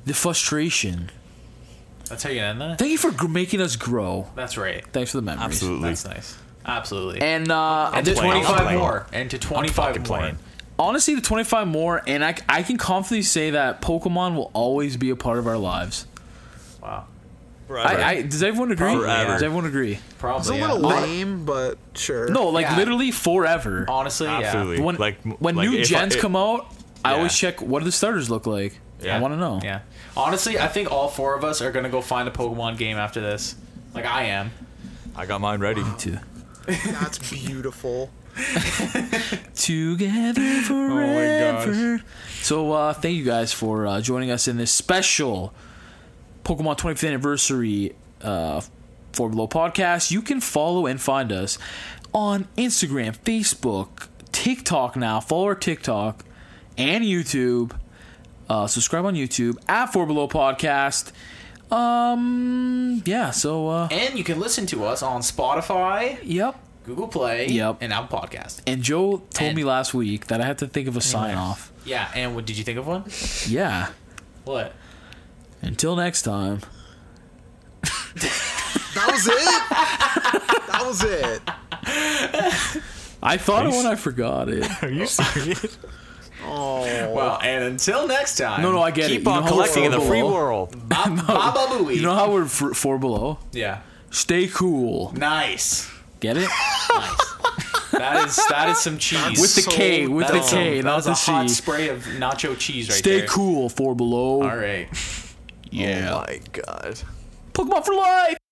the frustration. That's how you end that. Thank you for gr- making us grow. That's right. Thanks for the memories. Absolutely. That's nice. Absolutely. And uh, And the to playing. 25 I'm 25 playing. more. And to fucking 25 more. playing. honestly, the 25 more, and I, I can confidently say that Pokemon will always be a part of our lives. Wow. I, I, does everyone agree? Forever. Does everyone agree? it's a Probably. little yeah. lame, but sure. No, like Yeah. literally forever. Honestly, Absolutely. When, like m- when like, new if I- gens it- come out, I Yeah. always check what do the starters look like. Yeah. I want to know. Yeah. Yeah. Honestly, I think all four of us are gonna go find a Pokemon game after this. Like I am. I got mine ready. Too. <laughs> That's beautiful. <laughs> Together forever. Oh So uh, thank you guys for uh, joining us in this special Pokemon 25th anniversary uh, Four Below podcast. You can follow and find us on Instagram, Facebook, TikTok now. Follow our TikTok and YouTube. Uh, subscribe on YouTube at Four Below Podcast. Um, yeah. So, uh, And you can listen to us on Spotify, yep. Google Play, Yep. and Apple Podcast. And Joe told And- me last week that I had to think of a sign off. Yeah. And what did you think of one? Yeah. What? Until next time. That was it. <laughs> that was it. I thought it when I forgot it. <laughs> Are <laughs> you serious? Oh, Well, and until next time. No, no, I get it. Keep You know on how we're collecting in four the free <laughs> below? world. Ba- Baba Booey. You know how we're f- four below? yeah. Stay cool. Nice. <laughs> Get it? That is that is <laughs> some cheese. With the So K, with the That's some- K, not that's the a hot C. spray of nacho cheese right Stay there. cool, four below. All right. Yeah. My God. Pokemon for life.